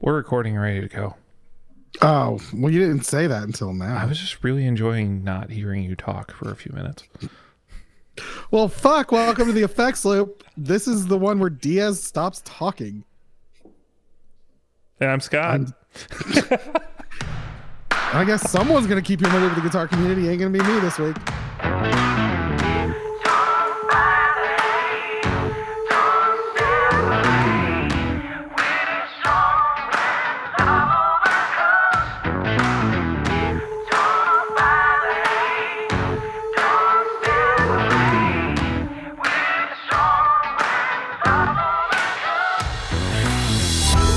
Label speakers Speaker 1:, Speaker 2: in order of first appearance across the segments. Speaker 1: We're recording and ready to go.
Speaker 2: Oh, well, you didn't say that until
Speaker 1: I
Speaker 2: now.
Speaker 1: was just really enjoying not hearing you talk for a few minutes.
Speaker 2: Well, fuck. Welcome to the effects loop. This is the one where Diaz stops talking.
Speaker 1: And I'm Scott.
Speaker 2: I guess someone's going to keep you in the loop with the guitar community. Ain't going to be me this week.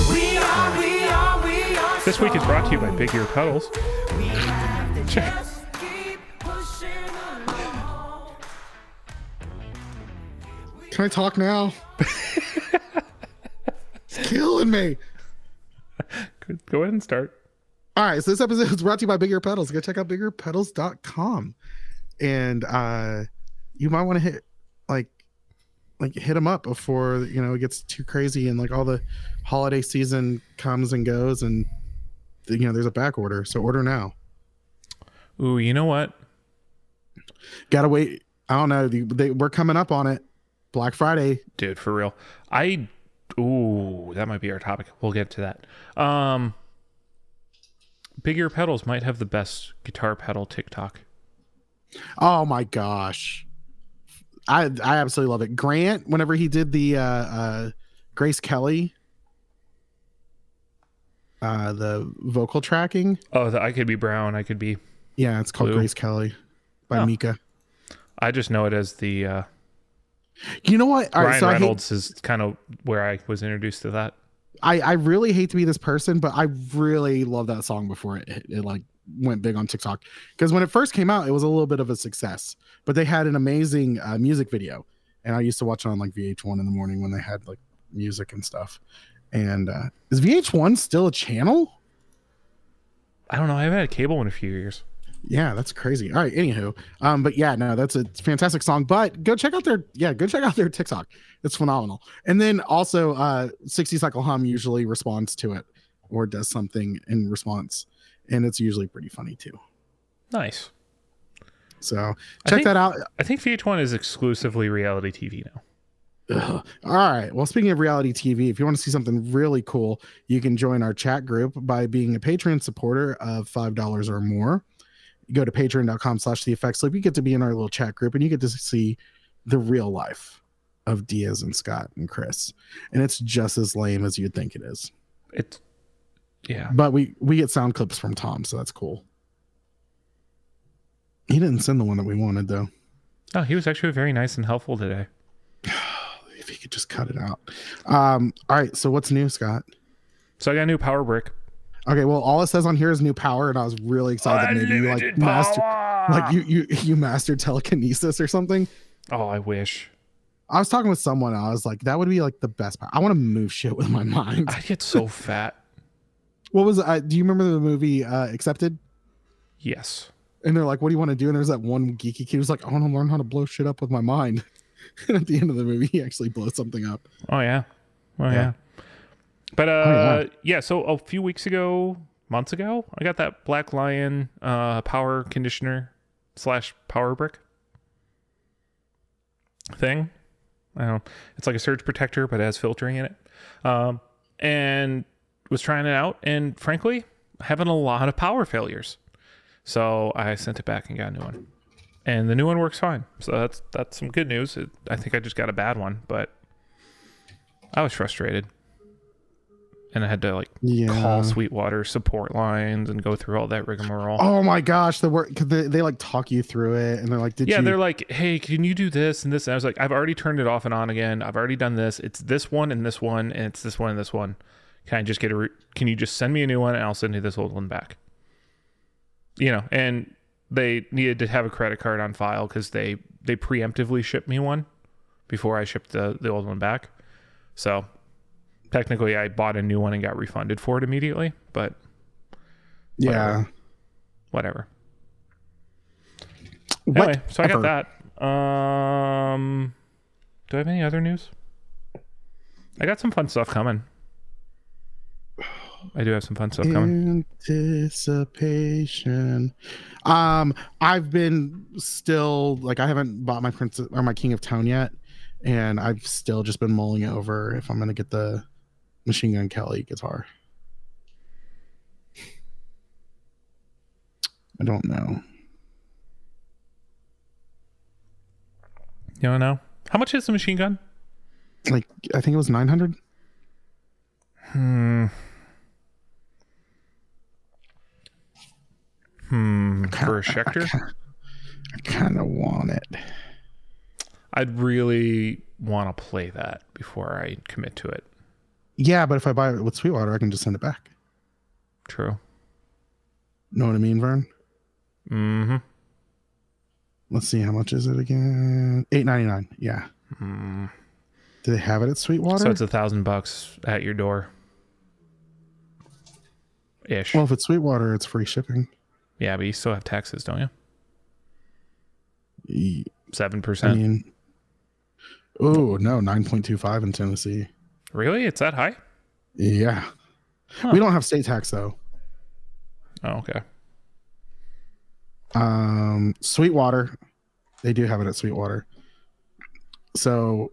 Speaker 3: We are, we are, we are.
Speaker 1: this week is brought to you by Big Ear Pedals.
Speaker 3: We have to just keep pushing along.
Speaker 2: Can I talk now? it's killing me.
Speaker 1: Good- Go ahead and start.
Speaker 2: All right, so this episode is brought to you by Bigger Pedals. Go check out biggerpedals.com. And uh you might want to hit like like hit them up before you know it gets too crazy and like all the holiday season comes and goes and you know there's a back order. So order now.
Speaker 1: Ooh, you know what?
Speaker 2: Got to wait. I don't know. They, they, we're coming up on it. Black Friday.
Speaker 1: Dude, for real. I ooh, that might be our topic. We'll get to that. Um Big Ear Pedals might have the best guitar pedal TikTok.
Speaker 2: Oh my gosh. I I absolutely love it. Grant whenever he did the uh uh Grace Kelly uh the vocal tracking.
Speaker 1: Oh, the I could be brown, I could be
Speaker 2: Yeah, it's called
Speaker 1: Blue.
Speaker 2: Grace Kelly by
Speaker 1: Oh.
Speaker 2: Mika.
Speaker 1: I just know it as the uh
Speaker 2: You know what? All right,
Speaker 1: Ryan
Speaker 2: so I, hate,
Speaker 1: Reynolds is kind of where I was introduced to that.
Speaker 2: I I really hate to be this person, but I really love that song before it, it, it like went big on TikTok because when it first came out, it was a little bit of a success. But they had an amazing uh, music video, and I used to watch it on like VH1 in the morning when they had like music and stuff. And uh, is VH1 still a channel?
Speaker 1: I don't know. I haven't had cable in a few years.
Speaker 2: Yeah, that's crazy. All right, anywho, um, but yeah, no, that's a fantastic song. But go check out their yeah, go check out their TikTok. It's phenomenal. And then also, uh, sixty cycle hum usually responds to it or does something in response, and it's usually pretty funny too.
Speaker 1: Nice.
Speaker 2: So
Speaker 1: I
Speaker 2: check
Speaker 1: think-
Speaker 2: that out.
Speaker 1: I think VH1 is exclusively reality TV now.
Speaker 2: Ugh. All right. Well, speaking of reality TV, if you want to see something really cool, you can join our chat group by being a Patreon supporter of five dollars or more. You go to patreon.com slash the effects loop. You get to be in our little chat group and you get to see the real life of Diaz and Scott and Chris. And it's just as lame as you'd think it is.
Speaker 1: It's yeah.
Speaker 2: But we we get sound clips from Tom, so that's cool. He didn't send the one that we wanted though.
Speaker 1: No, Oh, he was actually very nice and helpful today.
Speaker 2: If he could just cut it out. Um, all right, so what's new, Scott?
Speaker 1: So I got a new power brick.
Speaker 2: Okay, well, all it says on here is new power, and I was really excited that maybe you like master, like you you you mastered telekinesis or something.
Speaker 1: Oh, I wish.
Speaker 2: I was talking with someone, and I was like, that would be like the best power. I want to move shit with my mind.
Speaker 1: I get so fat.
Speaker 2: What was? Uh, do you remember the movie uh, Accepted?
Speaker 1: Yes.
Speaker 2: And they're like, "What do you want to do?" And there's that one geeky kid who's like, "I want to learn how to blow shit up with my mind." and at the end of the movie, he actually blows something up.
Speaker 1: Oh yeah. Oh yeah.
Speaker 2: Yeah.
Speaker 1: But uh,
Speaker 2: Oh,
Speaker 1: yeah. So a few weeks ago, months ago, I got that Black Lion uh power conditioner slash power brick thing. I don't. It's like a surge protector, but it has filtering in it. Um, and was trying it out, and frankly, having a lot of power failures. So I sent it back and got a new one, and the new one works fine. So that's that's some good news. It, I think I just got a bad one, but I was frustrated, and I had to like
Speaker 2: Yeah.
Speaker 1: call Sweetwater support lines and go through all that rigmarole.
Speaker 2: Oh my gosh, the work. Cause they, they like talk you through it, and they're like, "Did
Speaker 1: Yeah,
Speaker 2: you?"
Speaker 1: they're like, hey, can you do this and this? And I was like, I've already turned it off and on again. I've already done this. It's this one and this one and it's this one and this one. Can I just get a? Re- can you just send me a new one and I'll send you this old one back? You know, and they needed to have a credit card on file because they they preemptively shipped me one before I shipped the the old one back. So technically, I bought a new one and got refunded for it immediately. But
Speaker 2: yeah.
Speaker 1: whatever.
Speaker 2: What?
Speaker 1: Anyway, so I got that. Um, do I have any other news? I got some fun stuff coming. I do have some fun stuff coming.
Speaker 2: Anticipation. Um, I've been still like I haven't bought my Prince or my King of Town yet, and I've still just been mulling over if I'm gonna get the Machine Gun Kelly guitar. I don't know.
Speaker 1: You don't know how much is the machine gun?
Speaker 2: Like I think it was 900.
Speaker 1: Hmm. Hmm. For a Schecter,
Speaker 2: I kind of want it.
Speaker 1: I'd really want to play that before I commit to it.
Speaker 2: Yeah, but if I buy it with Sweetwater, I can just send it back.
Speaker 1: True.
Speaker 2: Know what I mean, Vern?
Speaker 1: Mm-hmm.
Speaker 2: Let's see how much is it again? 8.99. Yeah.
Speaker 1: Mm.
Speaker 2: Do they have it at Sweetwater?
Speaker 1: So it's a thousand bucks at your door. Ish.
Speaker 2: Well, if it's Sweetwater, it's free shipping.
Speaker 1: yeah, but you still have taxes, don't you?
Speaker 2: E-
Speaker 1: Seven
Speaker 2: I
Speaker 1: percent.
Speaker 2: mean, oh no, nine point two five in Tennessee.
Speaker 1: Really? It's that high?
Speaker 2: Yeah, we don't have state tax though.
Speaker 1: Oh, okay.
Speaker 2: Um, Sweetwater, they do have it at Sweetwater. So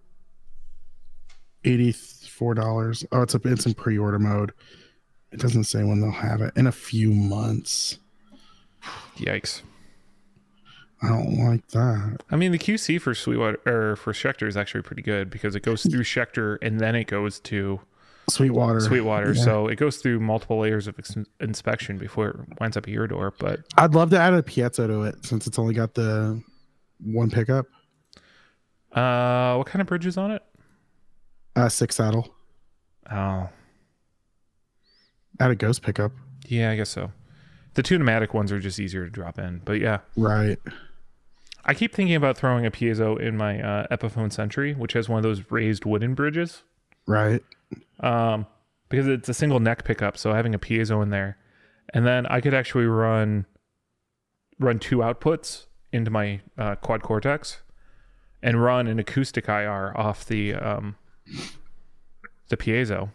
Speaker 2: eighty four dollars. Oh, it's a, it's in pre order mode. It doesn't say when they'll have it in a few months.
Speaker 1: Yikes.
Speaker 2: I don't like that.
Speaker 1: I mean, the QC for Sweetwater or for Schecter is actually pretty good because it goes through Schecter and then it goes to
Speaker 2: Sweetwater.
Speaker 1: Sweetwater.
Speaker 2: Yeah.
Speaker 1: So it goes through multiple layers of ex- inspection before it winds up at your door. But
Speaker 2: I'd love to add a piezo to it since it's only got the one pickup,
Speaker 1: uh, what kind of bridge is on it?
Speaker 2: uh, six saddle.
Speaker 1: Oh,
Speaker 2: Add a ghost pickup.
Speaker 1: yeah, I guess so. The two pneumatic ones are just easier to drop in. But yeah,
Speaker 2: Right.
Speaker 1: I keep thinking about throwing a piezo in my uh, Epiphone Century, which has one of those raised wooden bridges.
Speaker 2: Right.
Speaker 1: um, because it's a single neck pickup. So having a piezo in there, and then I could actually run run two outputs into my uh, quad cortex, and run an acoustic IR off the um, the piezo.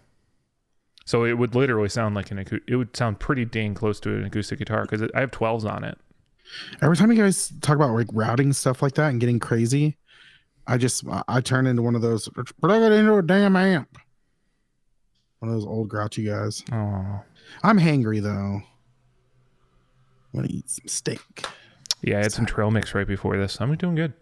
Speaker 1: So it would literally sound like an acou- it would sound pretty dang close to an acoustic guitar because I have twelves on it.
Speaker 2: Every time you guys talk about like routing stuff like that and getting crazy, I just I- I turn into one of those plug it into a damn amp. One of those old grouchy guys.
Speaker 1: Oh,
Speaker 2: I'm hangry though. Want to eat some steak?
Speaker 1: yeah, I had some trail mix right before this. I'm doing good.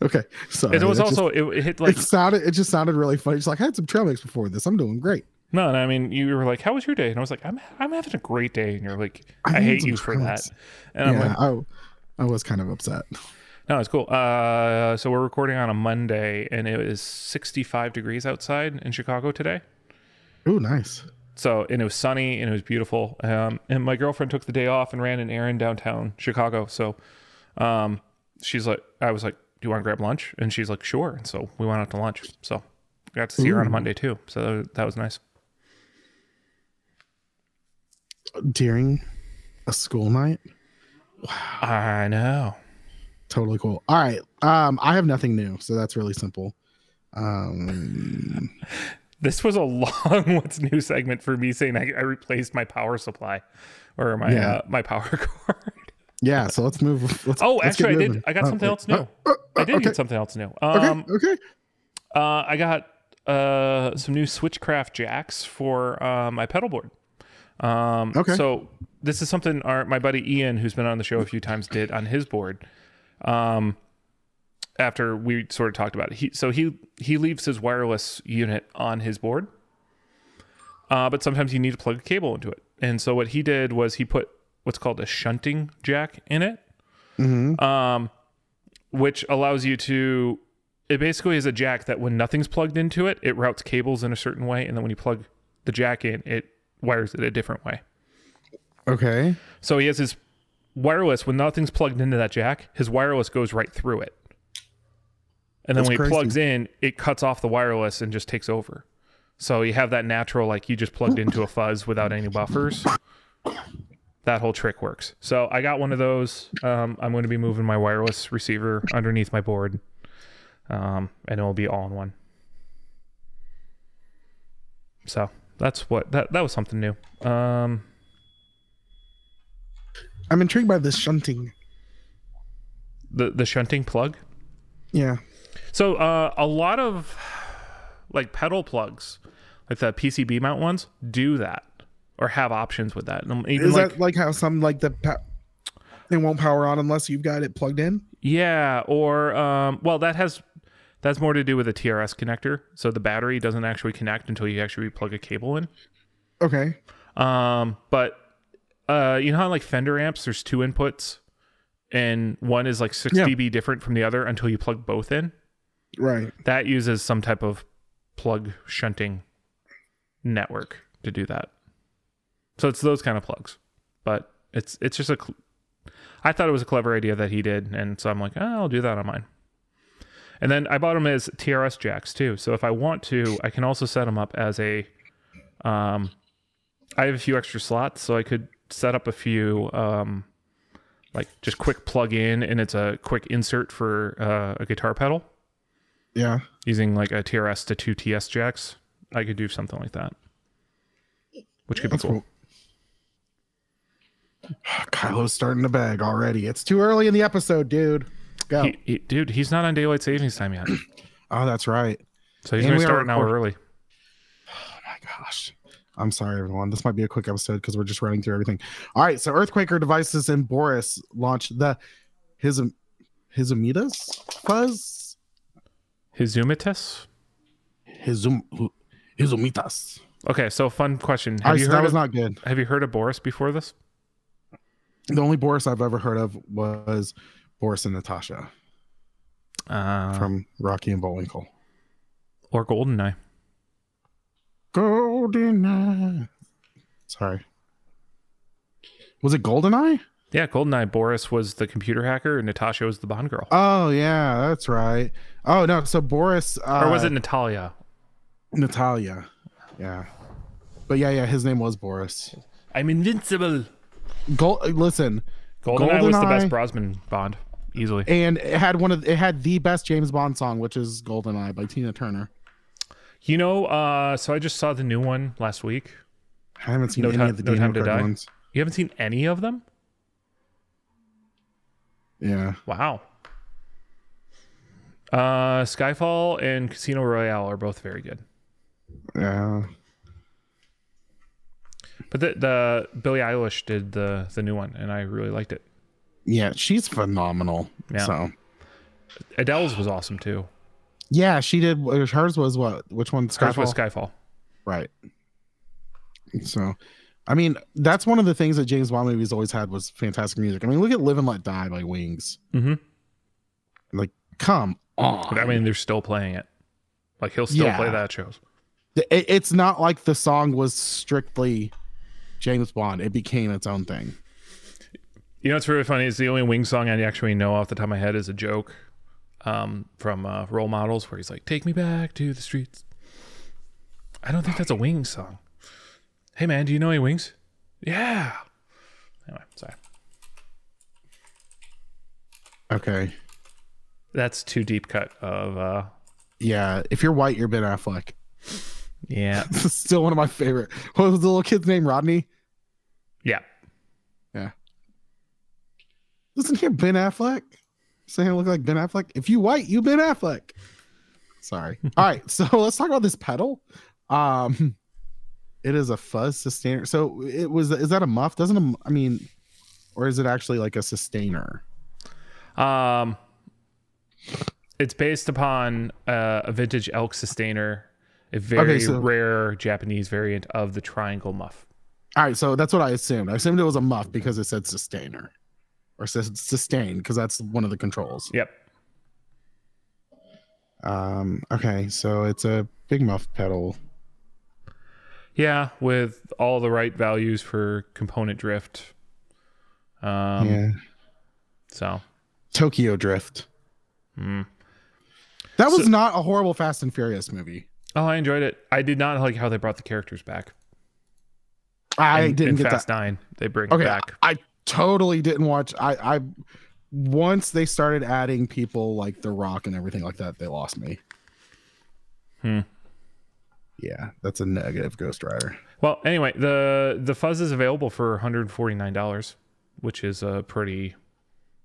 Speaker 2: Okay. So
Speaker 1: It was also it, it hit like
Speaker 2: it sounded it just sounded really funny. It's like I had some trail mix before this. I'm doing great.
Speaker 1: No, and I mean, you were like, "How was your day?" And I was like, "I'm I'm having a great day." And you're like,
Speaker 2: I
Speaker 1: "I,
Speaker 2: need
Speaker 1: hate
Speaker 2: some
Speaker 1: you for
Speaker 2: crowds.
Speaker 1: that." And I'm
Speaker 2: yeah,
Speaker 1: like,
Speaker 2: I, I was kind of upset.
Speaker 1: "No, it's cool." Uh, so we're recording on a Monday, and it is 65 degrees outside in Chicago today.
Speaker 2: Ooh, nice.
Speaker 1: So, and it was sunny and it was beautiful. Um, and my girlfriend took the day off and ran an errand downtown Chicago. So, um, she's like, I was like, "Do you want to grab lunch?" And she's like, "Sure." And so we went out to lunch. So, got to see her on a Monday too. So that was nice.
Speaker 2: During a school night.
Speaker 1: I know.
Speaker 2: totally cool all right um i have nothing new so that's really simple um
Speaker 1: This was a long what's new segment for me saying I, I replaced my power supply or my
Speaker 2: Yeah.
Speaker 1: uh, my power cord.
Speaker 2: yeah so let's move let's,
Speaker 1: Oh,
Speaker 2: let's
Speaker 1: actually,
Speaker 2: get
Speaker 1: I did.
Speaker 2: moving.
Speaker 1: I got
Speaker 2: Oh,
Speaker 1: something
Speaker 2: wait.
Speaker 1: else new.
Speaker 2: Oh, oh,
Speaker 1: I did
Speaker 2: okay.
Speaker 1: get something else new.
Speaker 2: okay
Speaker 1: Um,
Speaker 2: okay
Speaker 1: uh, I got uh, some new Switchcraft jacks for uh, my pedal board. Um,
Speaker 2: Okay.
Speaker 1: So this is something our my buddy Ian, who's been on the show a few times, did on his board. Um, after we sort of talked about it, he so he he leaves his wireless unit on his board, uh, but sometimes you need to plug a cable into it. And so what he did was he put what's called a shunting jack in it, um, which allows you to. It basically is a jack that when nothing's plugged into it, it routes cables in a certain way, and then when you plug the jack in, it wires it a different way.
Speaker 2: okay
Speaker 1: So he has his wireless when nothing's plugged into that jack, his wireless goes right through it. And then
Speaker 2: That's
Speaker 1: when
Speaker 2: crazy.
Speaker 1: he plugs in, it cuts off the wireless and just takes over. So you have that natural like you just plugged into a fuzz without any buffers. That whole trick works. So I got one of those. Um, I'm going to be moving my wireless receiver underneath my board, um, and it will be all in one. So that's what that that was something new. Um,
Speaker 2: I'm intrigued by this shunting.
Speaker 1: the the shunting plug.
Speaker 2: Yeah.
Speaker 1: So uh, a lot of like pedal plugs, like the PCB mount ones, do that or have options with that. And even
Speaker 2: Is
Speaker 1: like
Speaker 2: that like how some like the pa- they won't power on unless you've got it plugged in?
Speaker 1: yeah, or um, well, that has that's more to do with a TRS connector. So the battery doesn't actually connect until you actually plug a cable in.
Speaker 2: Okay.
Speaker 1: Um, but uh, you know how like Fender amps, there's two inputs, and one is like six
Speaker 2: Yeah.
Speaker 1: dB different from the other until you plug both in.
Speaker 2: Right.
Speaker 1: That uses some type of plug shunting network to do that. So it's those kind of plugs, but it's it's just a. Cl- I thought it was a clever idea that he did, and so I'm like, oh, I'll do that on mine. And then I bought them as TRS jacks too. So if I want to, I can also set them up as a. Um, I have a few extra slots, so I could set up a few, um, like just quick plug in, and it's a quick insert for uh, a guitar pedal
Speaker 2: Yeah.
Speaker 1: using like a TRS to two TS jacks, I could do something like that, which could be
Speaker 2: That's
Speaker 1: cool.
Speaker 2: cool. Kylo's starting to bag already. It's too early in the episode, dude. Go.
Speaker 1: He, he- dude, he's not on daylight savings time yet,
Speaker 2: oh, that's right.
Speaker 1: so he's
Speaker 2: And
Speaker 1: gonna
Speaker 2: we are
Speaker 1: start an hour early.
Speaker 2: Oh my gosh. I'm sorry, everyone. This might be a quick episode because we're just running through everything. All right. So, Earthquaker Devices and Boris launch the his his Amidas fuzz
Speaker 1: Hizumitas.
Speaker 2: his his Amitas.
Speaker 1: Okay, so fun question.
Speaker 2: All
Speaker 1: Have
Speaker 2: right,
Speaker 1: you
Speaker 2: so
Speaker 1: heard
Speaker 2: that
Speaker 1: of,
Speaker 2: was not good.
Speaker 1: Have you heard of Boris before this?
Speaker 2: The only Boris I've ever heard of was Boris and Natasha
Speaker 1: Uh,
Speaker 2: from Rocky and Bullwinkle.
Speaker 1: or Goldeneye?
Speaker 2: Goldeneye. Sorry. Was it Goldeneye?
Speaker 1: Yeah, Goldeneye. Boris was the computer hacker, and Natasha was the Bond girl,
Speaker 2: Oh yeah, that's right. Oh no, so Boris uh,
Speaker 1: or was it Natalia?
Speaker 2: Natalia? Yeah. But yeah, yeah, his name was Boris.
Speaker 1: I'm invincible.
Speaker 2: Gol- listen,
Speaker 1: Goldeneye, was the best
Speaker 2: Goldeneye-
Speaker 1: Brosman Bond, easily.
Speaker 2: and it had one of it had the best James Bond song, which is Goldeneye by Tina Turner.
Speaker 1: You know, uh, so I just saw the new one last week.
Speaker 2: I haven't seen
Speaker 1: No
Speaker 2: any
Speaker 1: Ti-
Speaker 2: of the
Speaker 1: No
Speaker 2: Daniel
Speaker 1: Time to
Speaker 2: Craig
Speaker 1: Die?
Speaker 2: ones.
Speaker 1: You haven't seen any of them?
Speaker 2: Yeah.
Speaker 1: Wow. Uh, Skyfall and Casino Royale are both very good,
Speaker 2: Yeah.
Speaker 1: but the, the Billie Eilish did the the new one, and I really liked it.
Speaker 2: Yeah, she's phenomenal.
Speaker 1: Yeah.
Speaker 2: So
Speaker 1: Adele's was awesome too.
Speaker 2: yeah, she did hers was what? Which one?
Speaker 1: Hers was
Speaker 2: Skyfall?
Speaker 1: Skyfall.
Speaker 2: Right. So, I mean, that's one of the things that James Bond movies always had was fantastic music. I mean, look at Live and Let Die by Wings.
Speaker 1: Mm-hmm.
Speaker 2: Like, come on.
Speaker 1: I mean, they're still playing it. Like he'll still
Speaker 2: Yeah.
Speaker 1: play that shows.
Speaker 2: It- it's not like the song was strictly James Bond, it became its own thing.
Speaker 1: You know, what's really funny. It's the only Wings song I actually know off the top of my head is a joke um, from uh, Role Models, where he's like, "Take me back to the streets." I don't think that's a Wings song. Hey man, do you know any Wings? Yeah. Anyway, sorry.
Speaker 2: Okay.
Speaker 1: That's too deep cut of uh
Speaker 2: Yeah. If you're white, you're Ben Affleck.
Speaker 1: yeah.
Speaker 2: This is still one of my favorite. What was the little kid's name? Rodney?
Speaker 1: Yeah.
Speaker 2: Listen here, Ben Affleck. Saying I look like Ben Affleck. If you white, you Ben Affleck. Sorry. All right, so let's talk about this pedal. Um, it is a fuzz sustainer. So it was. Is that a muff? Doesn't a, I mean, or is it actually like a sustainer?
Speaker 1: Um it's based upon uh, a vintage elk sustainer, a very
Speaker 2: Okay, so-
Speaker 1: rare Japanese variant of the triangle muff.
Speaker 2: All right, so that's what I assumed. I assumed it was a muff because it said sustainer, or says sustain because that's one of the controls.
Speaker 1: Yep.
Speaker 2: Um. Okay, so it's a big muff pedal.
Speaker 1: Yeah, with all the right values for component drift. Um
Speaker 2: yeah.
Speaker 1: so
Speaker 2: Tokyo Drift.
Speaker 1: mm.
Speaker 2: That was
Speaker 1: So-
Speaker 2: not a horrible Fast and Furious movie.
Speaker 1: Oh, I enjoyed it. I did not like how they brought the characters back.
Speaker 2: I
Speaker 1: in,
Speaker 2: didn't
Speaker 1: in
Speaker 2: get that.
Speaker 1: Fast Nine. They bring
Speaker 2: okay
Speaker 1: it back.
Speaker 2: I, I totally didn't watch i i once they started adding people like the rock and everything like that they lost me
Speaker 1: Hmm.
Speaker 2: Yeah, that's a negative Ghost Rider.
Speaker 1: Well, anyway, the the fuzz is available for one hundred forty nine dollars, which is a pretty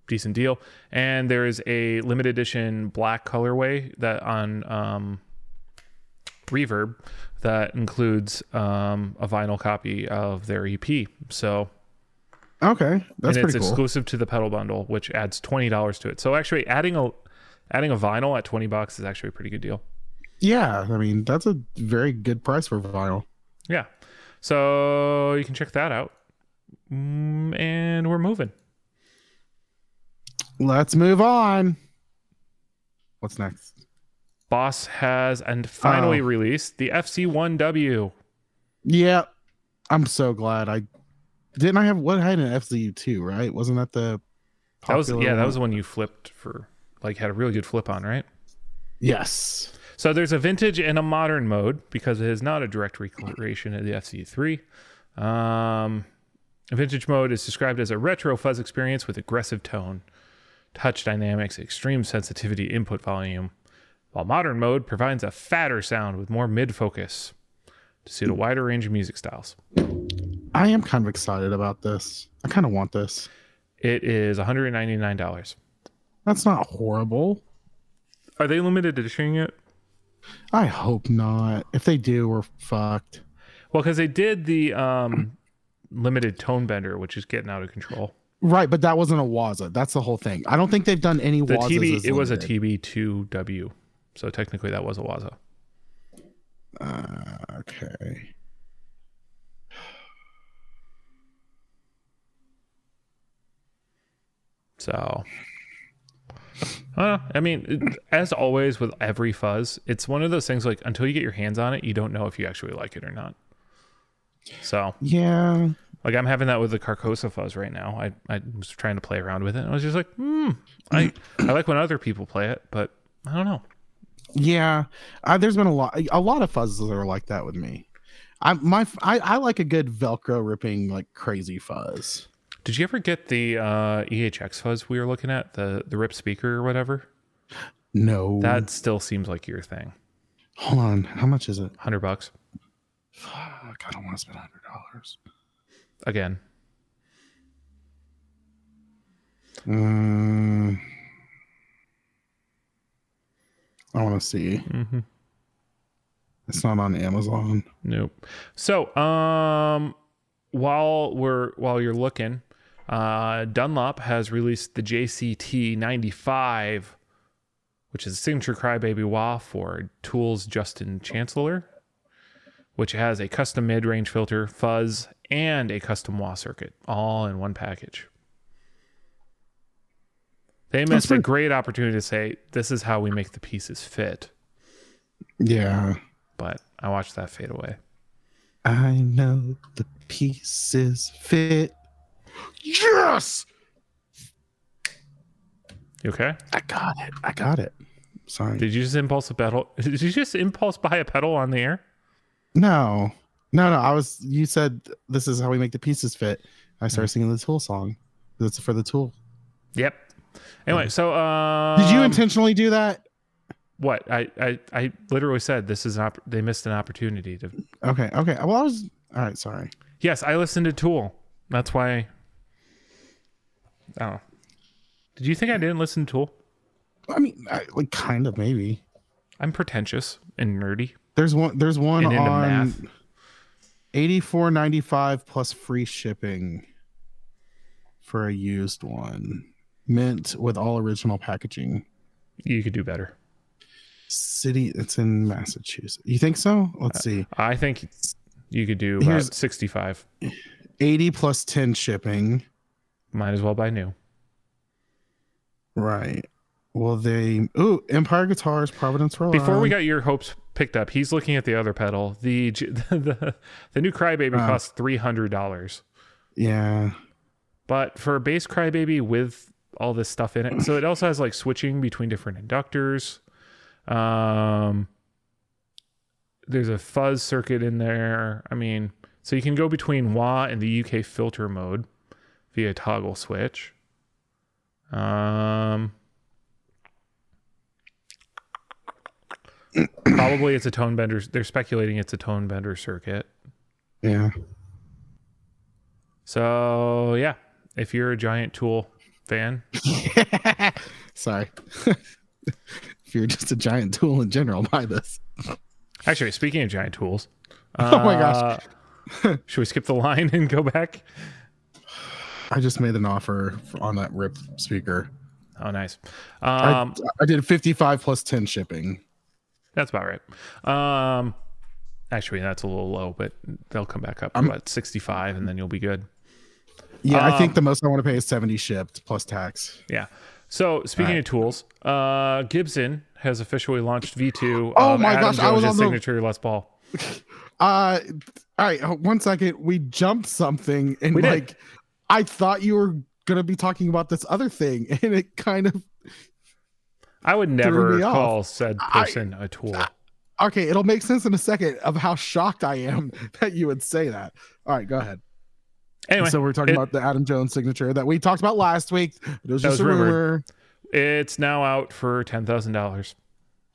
Speaker 1: decent deal. And there is a limited edition black colorway that on um, Reverb that includes um, a vinyl copy of their EP. So
Speaker 2: Okay, that's
Speaker 1: and it's
Speaker 2: pretty cool.
Speaker 1: exclusive to the pedal bundle, which adds twenty dollars to it. So actually, adding a adding a vinyl at twenty bucks is actually a pretty good deal.
Speaker 2: yeah, I mean that's a very good price for vinyl.
Speaker 1: Yeah. So you can check that out. Mm, and we're moving.
Speaker 2: Let's move on. What's next?
Speaker 1: Boss has and finally
Speaker 2: Oh.
Speaker 1: released the FC1W.
Speaker 2: Yeah, I'm so glad I didn't. I have what I had an FZU two, right? Wasn't that the
Speaker 1: That was
Speaker 2: popular
Speaker 1: yeah, that
Speaker 2: one?
Speaker 1: was the one you flipped for like had a really good flip on, right?
Speaker 2: yes.
Speaker 1: So there's a vintage and a modern mode because it is not a direct recreation of the FC3. Um, vintage mode is described as a retro fuzz experience with aggressive tone, touch dynamics, extreme sensitivity, input volume, while modern mode provides a fatter sound with more mid focus to suit a wider range of music styles.
Speaker 2: I am kind of excited about this. I kind of want this.
Speaker 1: It is $199.
Speaker 2: That's not horrible.
Speaker 1: Are they limited edition yet?
Speaker 2: I hope not. If they do, we're fucked.
Speaker 1: Well, because they did the um, limited tone bender, which is getting out of control.
Speaker 2: Right, but that wasn't a Waza. That's the whole thing. I don't think they've done any
Speaker 1: the
Speaker 2: Wazas.
Speaker 1: TB
Speaker 2: as
Speaker 1: it was a
Speaker 2: limited.
Speaker 1: TB2W. So technically that was a Waza.
Speaker 2: Uh, okay.
Speaker 1: So uh, I mean, it- as always with every fuzz, it's one of those things like until you get your hands on it, you don't know if you actually like it or not. So,
Speaker 2: Yeah.
Speaker 1: like I'm having that with the Carcosa fuzz right now. I, I was trying to play around with it and I was just like, hmm, I, I like when other people play it, but I don't know.
Speaker 2: Yeah, uh, there's been a lot, a lot of fuzzes that are like that with me. I my I, I like a good Velcro ripping like crazy fuzz.
Speaker 1: Did you ever get the uh, EHX fuzz we were looking at, the, the rip speaker or whatever?
Speaker 2: No,
Speaker 1: That still seems like your thing.
Speaker 2: hold on. How much is it?
Speaker 1: 100 bucks.
Speaker 2: Fuck, I don't want to spend hundred dollars.
Speaker 1: again.
Speaker 2: Um, I want to see. It's not on Amazon.
Speaker 1: Nope. So, um, while we're while you're looking, uh, Dunlop has released the JCT 95, which is a signature crybaby wah for Tool's Justin Chancellor, which has a custom mid-range filter, fuzz, and a custom wah circuit, all in one package. They missed a
Speaker 2: pretty-
Speaker 1: great opportunity to say this is how we make the pieces fit,
Speaker 2: Yeah,
Speaker 1: but I watched that fade away.
Speaker 2: I know the pieces fit. Yes,
Speaker 1: You okay?
Speaker 2: I got it. I got it. Sorry.
Speaker 1: Did you just impulse a pedal? Did you just impulse buy a pedal on the air?
Speaker 2: No, no, no. I was. You said this is how we make the pieces fit. I started singing the Tool song. That's for the Tool.
Speaker 1: Yep. Anyway, so um,
Speaker 2: Did you intentionally do that?
Speaker 1: what? I, I I literally said this is an opp- they missed an opportunity to.
Speaker 2: Okay, okay. Well, I was. All right, sorry.
Speaker 1: Yes, I listened to Tool. That's why. Oh, did you think I didn't listen to Tool?
Speaker 2: I mean, I, like kind of maybe.
Speaker 1: I'm pretentious and nerdy.
Speaker 2: There's one. There's one
Speaker 1: And into
Speaker 2: on
Speaker 1: math.
Speaker 2: eighty four ninety five plus free shipping for a used one, mint with all original packaging.
Speaker 1: You could do better.
Speaker 2: City. It's in Massachusetts. You think so?
Speaker 1: Uh,
Speaker 2: Let's see.
Speaker 1: I think you could do about
Speaker 2: Here's-
Speaker 1: 65.
Speaker 2: Eighty plus ten shipping.
Speaker 1: Might as well buy new.
Speaker 2: Right. Well, they ooh Empire Guitars, Providence, Rhode
Speaker 1: Before we
Speaker 2: Island.
Speaker 1: got your hopes picked up, he's looking at the other pedal. The J- the the, the new Crybaby
Speaker 2: Uh.
Speaker 1: costs three hundred dollars,
Speaker 2: yeah,
Speaker 1: but for a base Crybaby with all this stuff in it, so it also has like switching between different inductors. Um, there's a fuzz circuit in there. I mean, so you can go between wah and the UK filter mode via toggle switch. Um. Probably it's a tone bender. They're speculating it's a tone bender circuit.
Speaker 2: Yeah.
Speaker 1: So yeah, if you're a giant tool fan,
Speaker 2: Sorry. if you're just a giant tool in general, buy this.
Speaker 1: actually speaking of giant tools,
Speaker 2: Oh my gosh.
Speaker 1: uh, should we skip the line and go back?
Speaker 2: I just made an offer for- on that rip speaker.
Speaker 1: Oh, nice.
Speaker 2: I-
Speaker 1: Um,
Speaker 2: I, did 55 plus 10 shipping.
Speaker 1: that's about right. Um, actually, that's a little low, but they'll come back up to about 65, and then you'll be good.
Speaker 2: Yeah, I
Speaker 1: um,
Speaker 2: think the most I want to pay is 70 shipped plus tax.
Speaker 1: Yeah. So speaking of tools, uh, Gibson has officially launched V2.
Speaker 2: Oh
Speaker 1: of
Speaker 2: my
Speaker 1: Adam
Speaker 2: gosh, I was
Speaker 1: Jones's
Speaker 2: on the-
Speaker 1: signature Les Paul.
Speaker 2: Uh, all right. uh, One second. We jumped something, and
Speaker 1: We did.
Speaker 2: like, I thought you were gonna be talking about this other thing, and it kind of
Speaker 1: I would
Speaker 2: Threw
Speaker 1: never
Speaker 2: me off.
Speaker 1: call said person a tool.
Speaker 2: okay. It'll make sense in a second of how shocked I am that you would say that. All right, go ahead.
Speaker 1: Anyway,
Speaker 2: so we're talking
Speaker 1: it-
Speaker 2: about the Adam Jones signature that we talked about last week. It was
Speaker 1: That was
Speaker 2: just a rumor,
Speaker 1: rumored. it's now out for ten thousand dollars.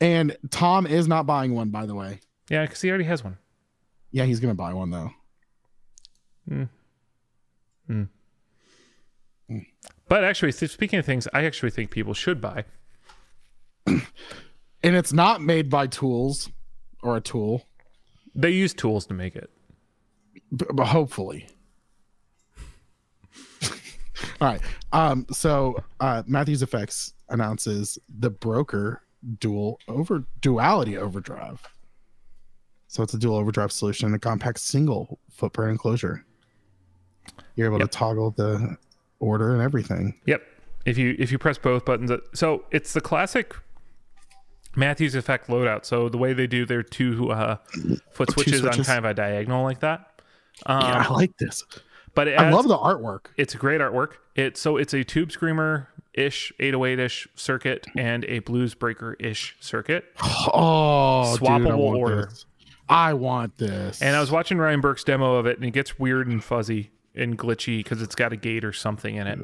Speaker 2: and Tom is not buying one, by the way.
Speaker 1: Yeah, because he already has one.
Speaker 2: Yeah, he's gonna buy one though.
Speaker 1: But actually, s- speaking of things, I actually think people should buy.
Speaker 2: And it's not made by tools or a tool,
Speaker 1: They use tools to make it.
Speaker 2: b- but hopefully. All right. Um, so uh, Matthews Effects announces the broker dual over duality overdrive. So it's a dual overdrive solution, a compact single footprint enclosure. You're able
Speaker 1: Yep.
Speaker 2: to toggle the order and everything.
Speaker 1: Yep. If you if you press both buttons, uh, so it's the classic Matthews effect loadout. So the way they do their two uh, foot switches, on
Speaker 2: switches.
Speaker 1: kind of a diagonal like that. Um,
Speaker 2: Yeah, I like this.
Speaker 1: But it
Speaker 2: I
Speaker 1: adds-
Speaker 2: love the artwork.
Speaker 1: it's great artwork. It's so it's a tube screamer ish 808 ish circuit and a blues breaker ish circuit.
Speaker 2: Oh, dude, I
Speaker 1: Swappable
Speaker 2: want
Speaker 1: order.
Speaker 2: this. I want this.
Speaker 1: And I was watching Ryan Burke's demo of it, and it gets weird and fuzzy and glitchy because it's got a gate or something in it.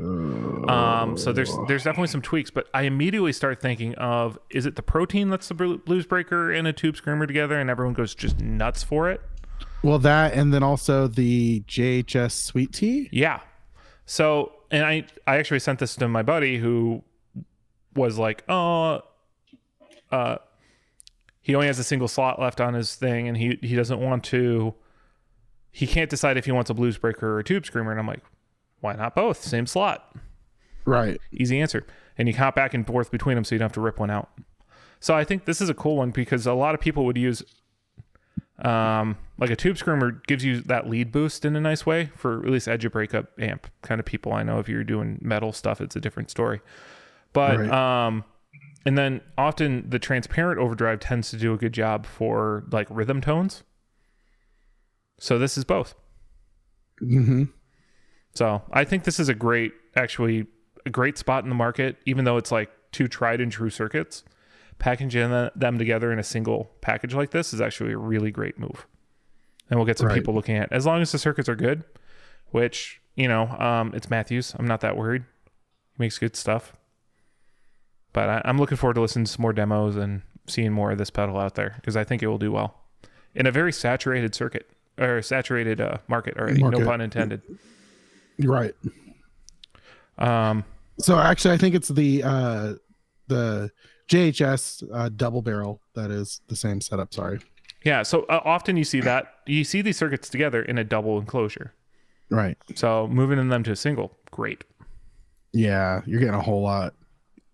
Speaker 1: Um, so there's there's definitely some tweaks, but I immediately start thinking of is it the protein that's the bru- blues breaker and a tube screamer together, and everyone goes just nuts for it.
Speaker 2: Well, that and then also the JHS sweet tea.
Speaker 1: Yeah. So, and I I actually sent this to my buddy who was like, "Oh, uh he only has a single slot left on his thing and he he doesn't want to he can't decide if he wants a blues breaker or a tube screamer." And I'm like, "Why not both? Same slot.
Speaker 2: Right.
Speaker 1: Easy answer." And you hop back and forth between them so you don't have to rip one out. So, I think this is a cool one because a lot of people would use um, like a tube screamer gives you that lead boost in a nice way for at least edge of breakup amp kind of people. I know if you're doing metal stuff, it's a different story. But
Speaker 2: Right.
Speaker 1: um, and then often the transparent overdrive tends to do a good job for like rhythm tones. So this is both.
Speaker 2: Mm-hmm.
Speaker 1: So I think this is a great, actually, a great spot in the market, even though it's like two tried and true circuits. Packaging the- them together in a single package like this is actually a really great move. And we'll get some
Speaker 2: Right.
Speaker 1: people looking at it. as long as the circuits are good, which, you know, um, it's Matthews. I'm not that worried. He makes good stuff. But I, I'm looking forward to listening to some more demos and seeing more of this pedal out there because I think it will do well in a very saturated circuit or saturated uh, market already.
Speaker 2: Market.
Speaker 1: No pun intended.
Speaker 2: Right.
Speaker 1: Um,
Speaker 2: So actually, I think it's the uh, the JHS uh, double barrel that is the same setup. Sorry.
Speaker 1: Yeah, so uh, often you see that you see these circuits together in a double enclosure.
Speaker 2: Right.
Speaker 1: So moving in them to a single, great.
Speaker 2: Yeah, you're getting a whole lot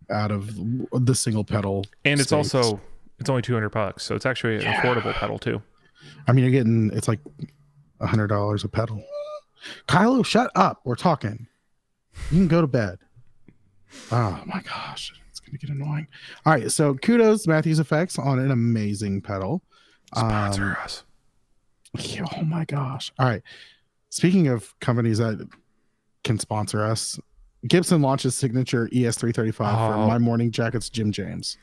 Speaker 2: out of the single pedal.
Speaker 1: And it's
Speaker 2: space.
Speaker 1: also it's only 200 bucks, so it's actually an affordable pedal too.
Speaker 2: I mean, you're getting it's like a hundred dollars a pedal. Kylo, shut up. We're talking. You can go to bed. Oh my gosh, it's gonna get annoying. All right, so kudos Matthews Effects on an amazing pedal.
Speaker 1: Sponsor
Speaker 2: Um,
Speaker 1: us.
Speaker 2: yeah, oh my gosh. All right. Speaking of companies that can sponsor us, Gibson launches signature E ES335
Speaker 1: Oh.
Speaker 2: for my morning jackets, Jim James.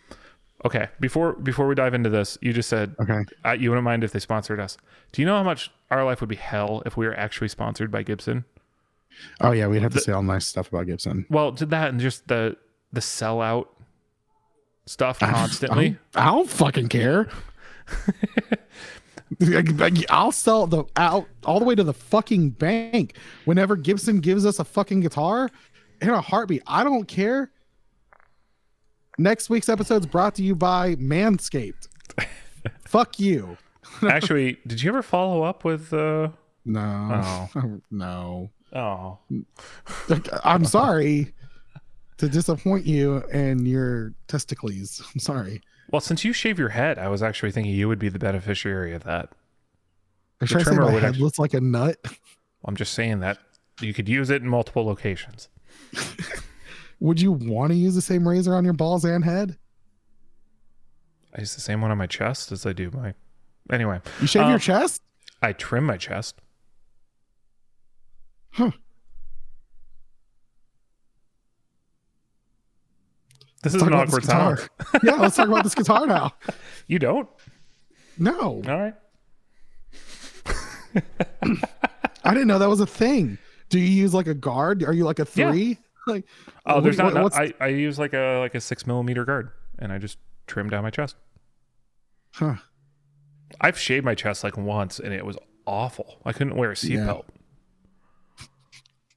Speaker 1: Okay, before before we dive into this, you just said
Speaker 2: Okay.
Speaker 1: uh, you wouldn't mind if they sponsored us. Do you know how much our life would be hell if we were actually sponsored by Gibson?
Speaker 2: Oh yeah, we'd have to say all nice stuff about Gibson.
Speaker 1: Well, to that and just the the sellout stuff constantly.
Speaker 2: I don't fucking care. I'll sell the out all the way to the fucking bank whenever Gibson gives us a fucking guitar in a heartbeat. I don't care. Next week's episode is brought to you by Manscaped. Fuck you.
Speaker 1: Actually, did you ever follow up with? Uh...
Speaker 2: No, no.
Speaker 1: Oh,
Speaker 2: I'm sorry to disappoint you and your testicles. I'm sorry.
Speaker 1: well, since you shave your head, I was actually thinking you would be the beneficiary of that.
Speaker 2: Should I say
Speaker 1: trimmer
Speaker 2: my
Speaker 1: would
Speaker 2: head
Speaker 1: actually-
Speaker 2: looks like a nut?
Speaker 1: I'm just saying that you could use it in multiple locations.
Speaker 2: Would you want to use the same razor on your balls and head?
Speaker 1: I use the same one on my chest as I do my. Anyway,
Speaker 2: You shave
Speaker 1: Um,
Speaker 2: your chest?
Speaker 1: I trim my chest.
Speaker 2: Huh.
Speaker 1: This is
Speaker 2: Let's
Speaker 1: an
Speaker 2: talk about
Speaker 1: awkward
Speaker 2: this
Speaker 1: time.
Speaker 2: guitar. yeah, let's talk about this guitar now.
Speaker 1: You don't?
Speaker 2: No,
Speaker 1: All right.
Speaker 2: I didn't know that was a thing. Do you use like a guard? Are you like a
Speaker 1: Yeah.
Speaker 2: three? Like,
Speaker 1: Oh,
Speaker 2: what-
Speaker 1: there's
Speaker 2: what-
Speaker 1: not. no-
Speaker 2: what's-
Speaker 1: I, I use like a like a six millimeter guard, and I just trim down my chest.
Speaker 2: huh.
Speaker 1: I've shaved my chest like once, and it was awful. I couldn't wear a
Speaker 2: Yeah.
Speaker 1: seatbelt.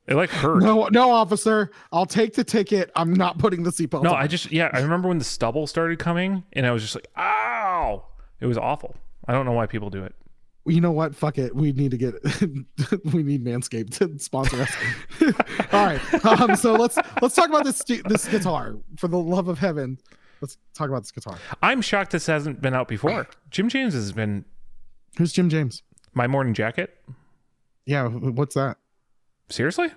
Speaker 1: It like hurt.
Speaker 2: No, no, officer. I'll take the ticket. I'm not putting the seatbelt.
Speaker 1: No,
Speaker 2: on.
Speaker 1: I just yeah, I remember when the stubble started coming and I was just like, ow. It was awful. I don't know why people do it.
Speaker 2: you know what? Fuck it. We need to get. we need Manscaped to sponsor us. All right. Um, so let's let's talk about this stu- this guitar. For the love of heaven, let's talk about this guitar.
Speaker 1: I'm shocked this hasn't been out before. Jim James has been
Speaker 2: Who's Jim James?
Speaker 1: my morning jacket.
Speaker 2: Yeah. wh- What's that?
Speaker 1: Seriously?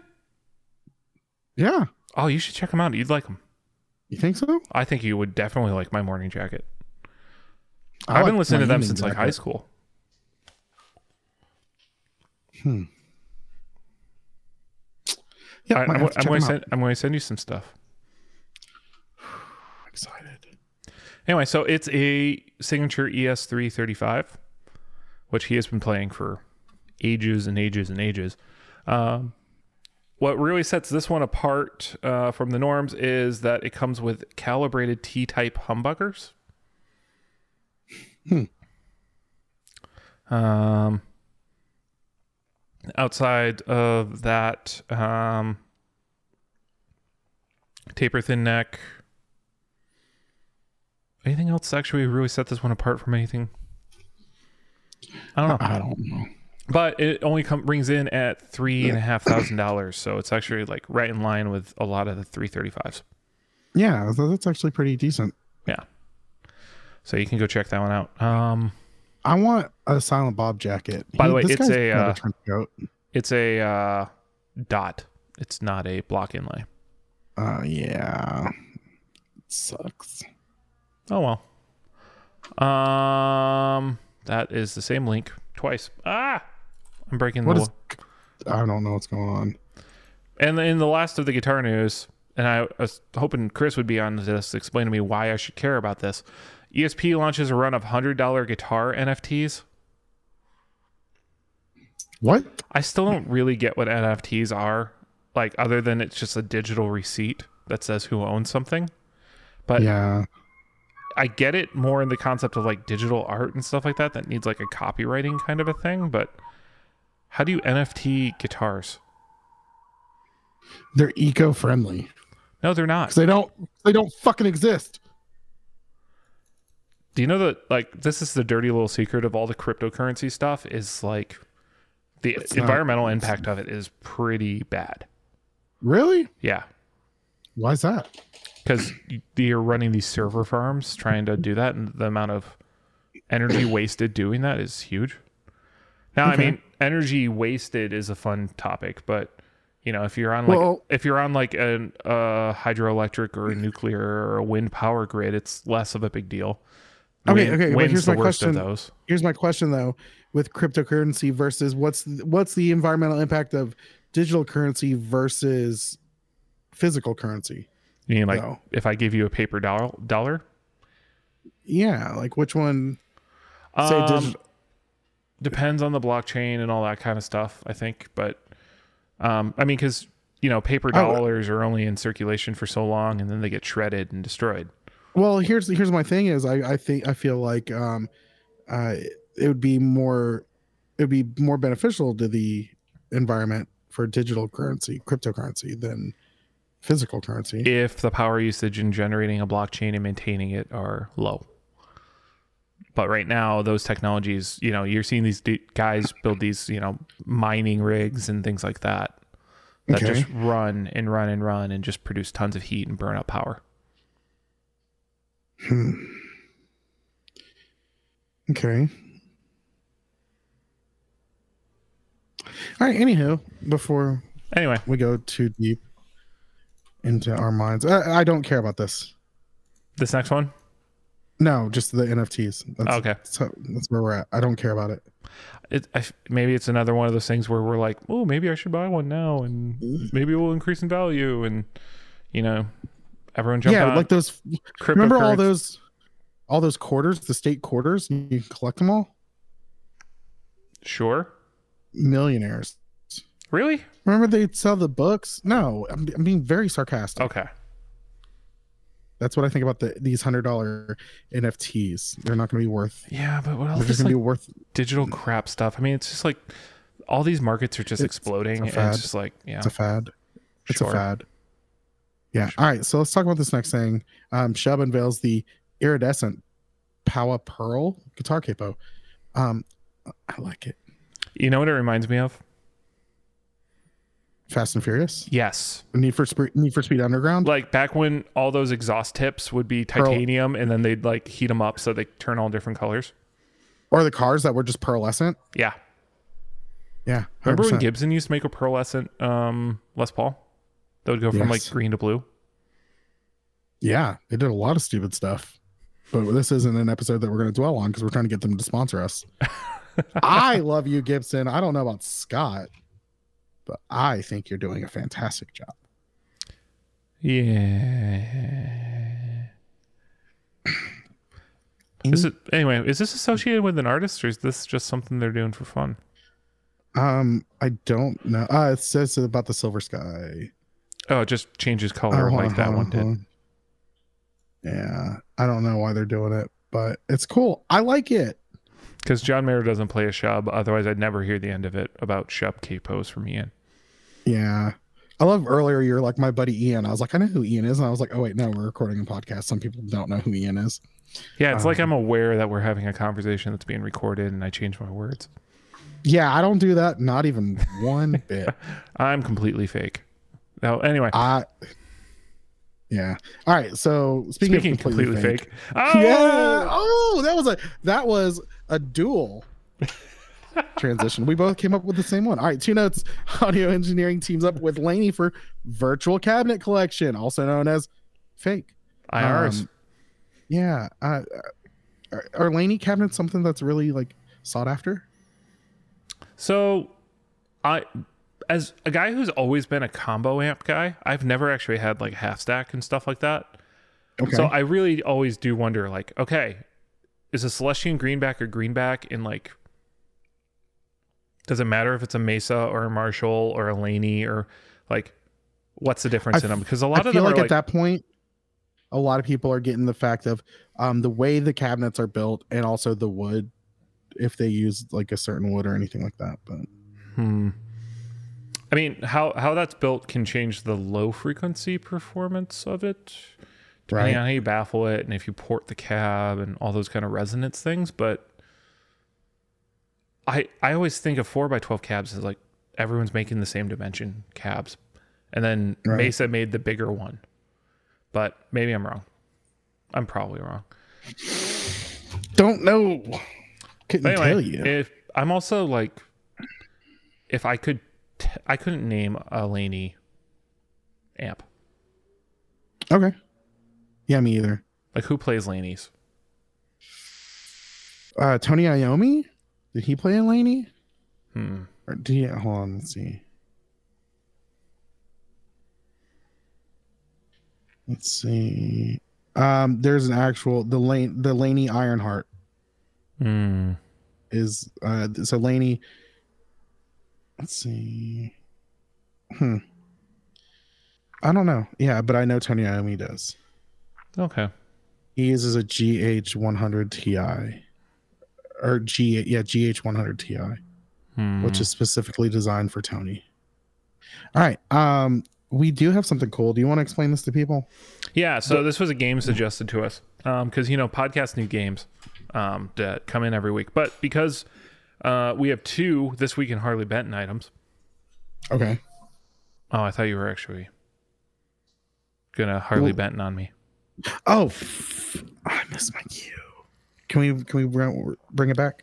Speaker 2: Yeah.
Speaker 1: Oh, you should check him out. You'd like him.
Speaker 2: You think so?
Speaker 1: I think you would definitely like my morning jacket.
Speaker 2: I
Speaker 1: I've been
Speaker 2: like
Speaker 1: listening to
Speaker 2: my
Speaker 1: them
Speaker 2: evening
Speaker 1: since like
Speaker 2: jacket.
Speaker 1: high school.
Speaker 2: Yeah,
Speaker 1: I,
Speaker 2: might have
Speaker 1: am I'm,
Speaker 2: to check them
Speaker 1: going
Speaker 2: out.
Speaker 1: send, I'm going to send you some stuff.
Speaker 2: I'm excited.
Speaker 1: Anyway, so it's a signature E ES335, which he has been playing for ages and ages and ages. Um, what really sets this one apart uh, from the norms is that it comes with calibrated T type humbuckers. Um, outside of that, um, taper thin neck, Anything else actually really set this one apart from anything? I don't know,
Speaker 2: I don't know.
Speaker 1: but it only com- brings in at three and a half thousand dollars, so it's actually like right in line with a lot of the three thirty fives.
Speaker 2: Yeah, so that's actually pretty decent.
Speaker 1: Yeah, so you can go check that one out. Um,
Speaker 2: I want a Silent Bob jacket.
Speaker 1: By the way,
Speaker 2: this
Speaker 1: it's
Speaker 2: guy's
Speaker 1: a,
Speaker 2: got
Speaker 1: uh,
Speaker 2: trench coat.
Speaker 1: it's a uh, dot. It's not a block inlay.
Speaker 2: Uh, yeah, it sucks.
Speaker 1: Oh well. Um, that is the same link twice. Ah, I'm breaking
Speaker 2: What
Speaker 1: the.
Speaker 2: is? I don't know what's going on.
Speaker 1: And in the last of the guitar news, and I was hoping Chris would be on this, to explain to me why I should care about this. ESP launches a run of $100 guitar NFTs.
Speaker 2: What?
Speaker 1: I still don't really get what NFTs are, like, other than it's just a digital receipt that says who owns something. But
Speaker 2: Yeah,
Speaker 1: I get it more in the concept of like digital art and stuff like that that needs like a copywriting kind of a thing. But how do you NFT guitars?
Speaker 2: they're eco-friendly
Speaker 1: No, they're not.
Speaker 2: because they don't they don't fucking exist.
Speaker 1: do you know that like this is the dirty little secret of all the cryptocurrency stuff is like the
Speaker 2: not-
Speaker 1: environmental impact of it is pretty bad
Speaker 2: Really?
Speaker 1: yeah
Speaker 2: Why is that?
Speaker 1: because you're running these server farms trying to do that and the amount of energy wasted doing that is huge now i
Speaker 2: Okay.
Speaker 1: mean energy wasted is a fun topic but you know if you're on like
Speaker 2: Well-
Speaker 1: if you're on like an uh hydroelectric or a nuclear or a wind power grid it's less of a big deal
Speaker 2: Okay,
Speaker 1: Wind-
Speaker 2: okay, but
Speaker 1: wind's
Speaker 2: here's
Speaker 1: the
Speaker 2: my
Speaker 1: worst of
Speaker 2: question.
Speaker 1: those
Speaker 2: Here's my question though: with cryptocurrency versus what's what's the environmental impact of digital currency versus physical currency?
Speaker 1: You mean like
Speaker 2: No.
Speaker 1: if I give you a paper doll- dollar?
Speaker 2: Yeah, like which one? Say
Speaker 1: Um,
Speaker 2: digital.
Speaker 1: Depends on the blockchain and all that kind of stuff, I think. But um, I mean, because you know, paper
Speaker 2: I would-
Speaker 1: dollars are only in circulation for so long, and then they get shredded and destroyed.
Speaker 2: Well, here's here's my thing is I I think I feel like um uh, it would be more it would be more beneficial to the environment for digital currency, cryptocurrency than physical currency.
Speaker 1: if the power usage in generating a blockchain and maintaining it are low. But right now, those technologies, you know, you're seeing these d- guys build these, you know, mining rigs and things like that that
Speaker 2: Okay.
Speaker 1: just run and run and run and just produce tons of heat and burn up power.
Speaker 2: Hmm. Okay. All right. Anyhow, before
Speaker 1: Anyway,
Speaker 2: we go too deep into our minds, I, I don't care about this.
Speaker 1: this next one,
Speaker 2: No, just the NFTs. That's,
Speaker 1: Okay.
Speaker 2: So that's where we're at. I don't care about it.
Speaker 1: it, I f maybe it's another one of those things where we're like, oh, maybe I should buy one now and maybe it will increase in value. And, you know, everyone jumped
Speaker 2: yeah,
Speaker 1: on
Speaker 2: like those. Remember all
Speaker 1: cryptocurrency-
Speaker 2: those, all those quarters, the state quarters. You can collect them all.
Speaker 1: Sure.
Speaker 2: Millionaires.
Speaker 1: Really?
Speaker 2: Remember they'd sell the books. No, I'm, I'm being very sarcastic.
Speaker 1: Okay.
Speaker 2: That's what I think about the these hundred dollar NFTs. They're not going to be worth.
Speaker 1: Yeah, but what
Speaker 2: They're
Speaker 1: else
Speaker 2: just
Speaker 1: is
Speaker 2: going
Speaker 1: like
Speaker 2: to be worth.
Speaker 1: digital crap stuff. I mean, it's just like all these markets are just
Speaker 2: It's-
Speaker 1: exploding.
Speaker 2: it's a
Speaker 1: and
Speaker 2: fad.
Speaker 1: it's just like, yeah,
Speaker 2: It's a fad. It's
Speaker 1: Sure.
Speaker 2: a fad. Yeah. All right. So let's talk about this next thing. Um, Shub unveils the iridescent Power Pearl guitar capo. Um, I like it.
Speaker 1: you know what it reminds me of?
Speaker 2: Fast and Furious.
Speaker 1: Yes,
Speaker 2: Need for Speed. Need for Speed Underground.
Speaker 1: like back when all those exhaust tips would be
Speaker 2: Pearl.
Speaker 1: titanium, and then they'd like heat them up so they turn all different colors.
Speaker 2: Or the cars that were just pearlescent.
Speaker 1: Yeah,
Speaker 2: Yeah.
Speaker 1: remember
Speaker 2: 100%.
Speaker 1: when Gibson used to make a pearlescent um, Les Paul that would go from like
Speaker 2: Yes.
Speaker 1: green to blue?
Speaker 2: Yeah, they did a lot of stupid stuff. But this isn't an episode that we're going to dwell on because we're trying to get them to sponsor us. I love you, Gibson. I don't know about Scott, but I think you're doing a fantastic job.
Speaker 1: Yeah. Is it anyway? Is this associated with an artist, or is this just something they're doing for fun?
Speaker 2: Um, I don't know. Uh, it says about the Silver Sky.
Speaker 1: Oh, it just changes
Speaker 2: Oh,
Speaker 1: color
Speaker 2: hold
Speaker 1: like
Speaker 2: on,
Speaker 1: that
Speaker 2: hold
Speaker 1: one
Speaker 2: on,
Speaker 1: did.
Speaker 2: hold on. Yeah, I don't know why they're doing it, but it's cool. I like it.
Speaker 1: Because John Mayer doesn't play a shub, otherwise I'd never hear the end of it about shub capos from Ian.
Speaker 2: Yeah. I love earlier you're like my buddy Ian. I was like, I know who Ian is. And I was like, oh wait, no, we're recording a podcast. Some people don't know who Ian is.
Speaker 1: Yeah, it's like
Speaker 2: Um.
Speaker 1: I'm aware that we're having a conversation that's being recorded and I change my words.
Speaker 2: Yeah, I don't do that. Not even one bit.
Speaker 1: I'm completely fake. Oh, anyway,
Speaker 2: I. Yeah. All right. So speaking,
Speaker 1: speaking
Speaker 2: of completely, fake.
Speaker 1: Oh!
Speaker 2: Yeah. Oh, that was a that was a dual transition. We both came up with the same one. All right. Two notes. Audio engineering teams up with Laney for virtual cabinet collection, also known as fake.
Speaker 1: IRs.
Speaker 2: Um, yeah. Uh, are, are Laney cabinets something that's really like sought after?
Speaker 1: So, I, as a guy who's always been a combo amp guy, I've never actually had like half stack and stuff like that.
Speaker 2: Okay.
Speaker 1: So I really always do wonder, like, okay, is a Celestian greenback or greenback in like? Does it matter if it's a Mesa or a Marshall or a Laney or like, what's the difference in
Speaker 2: f-
Speaker 1: them? Because a
Speaker 2: I
Speaker 1: lot of them
Speaker 2: feel like,
Speaker 1: are like,
Speaker 2: at that point, a lot of people are getting the fact of um, the way the cabinets are built and also the wood, if they use like a certain wood or anything like that. But
Speaker 1: hmm. I mean, how how that's built can change the low frequency performance of it, depending
Speaker 2: Right.
Speaker 1: on how you baffle it and if you port the cab and all those kind of resonance things. But I I always think of four by twelve cabs as like everyone's making the same dimension cabs, and then
Speaker 2: Right.
Speaker 1: Mesa made the bigger one. But maybe I'm wrong. I'm probably wrong.
Speaker 2: don't know. Couldn't
Speaker 1: But
Speaker 2: tell
Speaker 1: anyway,
Speaker 2: you.
Speaker 1: if I'm also like, if I could, t- I couldn't name a Laney amp.
Speaker 2: okay. Yeah, me either.
Speaker 1: Like who plays Laney's?
Speaker 2: Uh, Tony Iommi, did he play Laney?
Speaker 1: Hmm.
Speaker 2: Or do you hold on? Let's see. Let's see. Um, there's an actual the lane the Laney Ironheart
Speaker 1: Hmm.
Speaker 2: is uh so Laney let's see hmm I don't know yeah but I know Tony Iommi does
Speaker 1: Okay.
Speaker 2: he uses a GH100 Ti or G yeah GH100 Ti,
Speaker 1: Hmm.
Speaker 2: which is specifically designed for Tony. All right, um, we do have something cool. Do you want to explain this to people?
Speaker 1: Yeah, so this was a game suggested to us because you know podcasts new games um, that come in every week, but because uh, we have two this week in Harley Benton items.
Speaker 2: Okay.
Speaker 1: Oh, I thought you were actually gonna Harley
Speaker 2: Well-
Speaker 1: Benton on me.
Speaker 2: Oh, f- I missed my cue. Can we can we br- bring it back?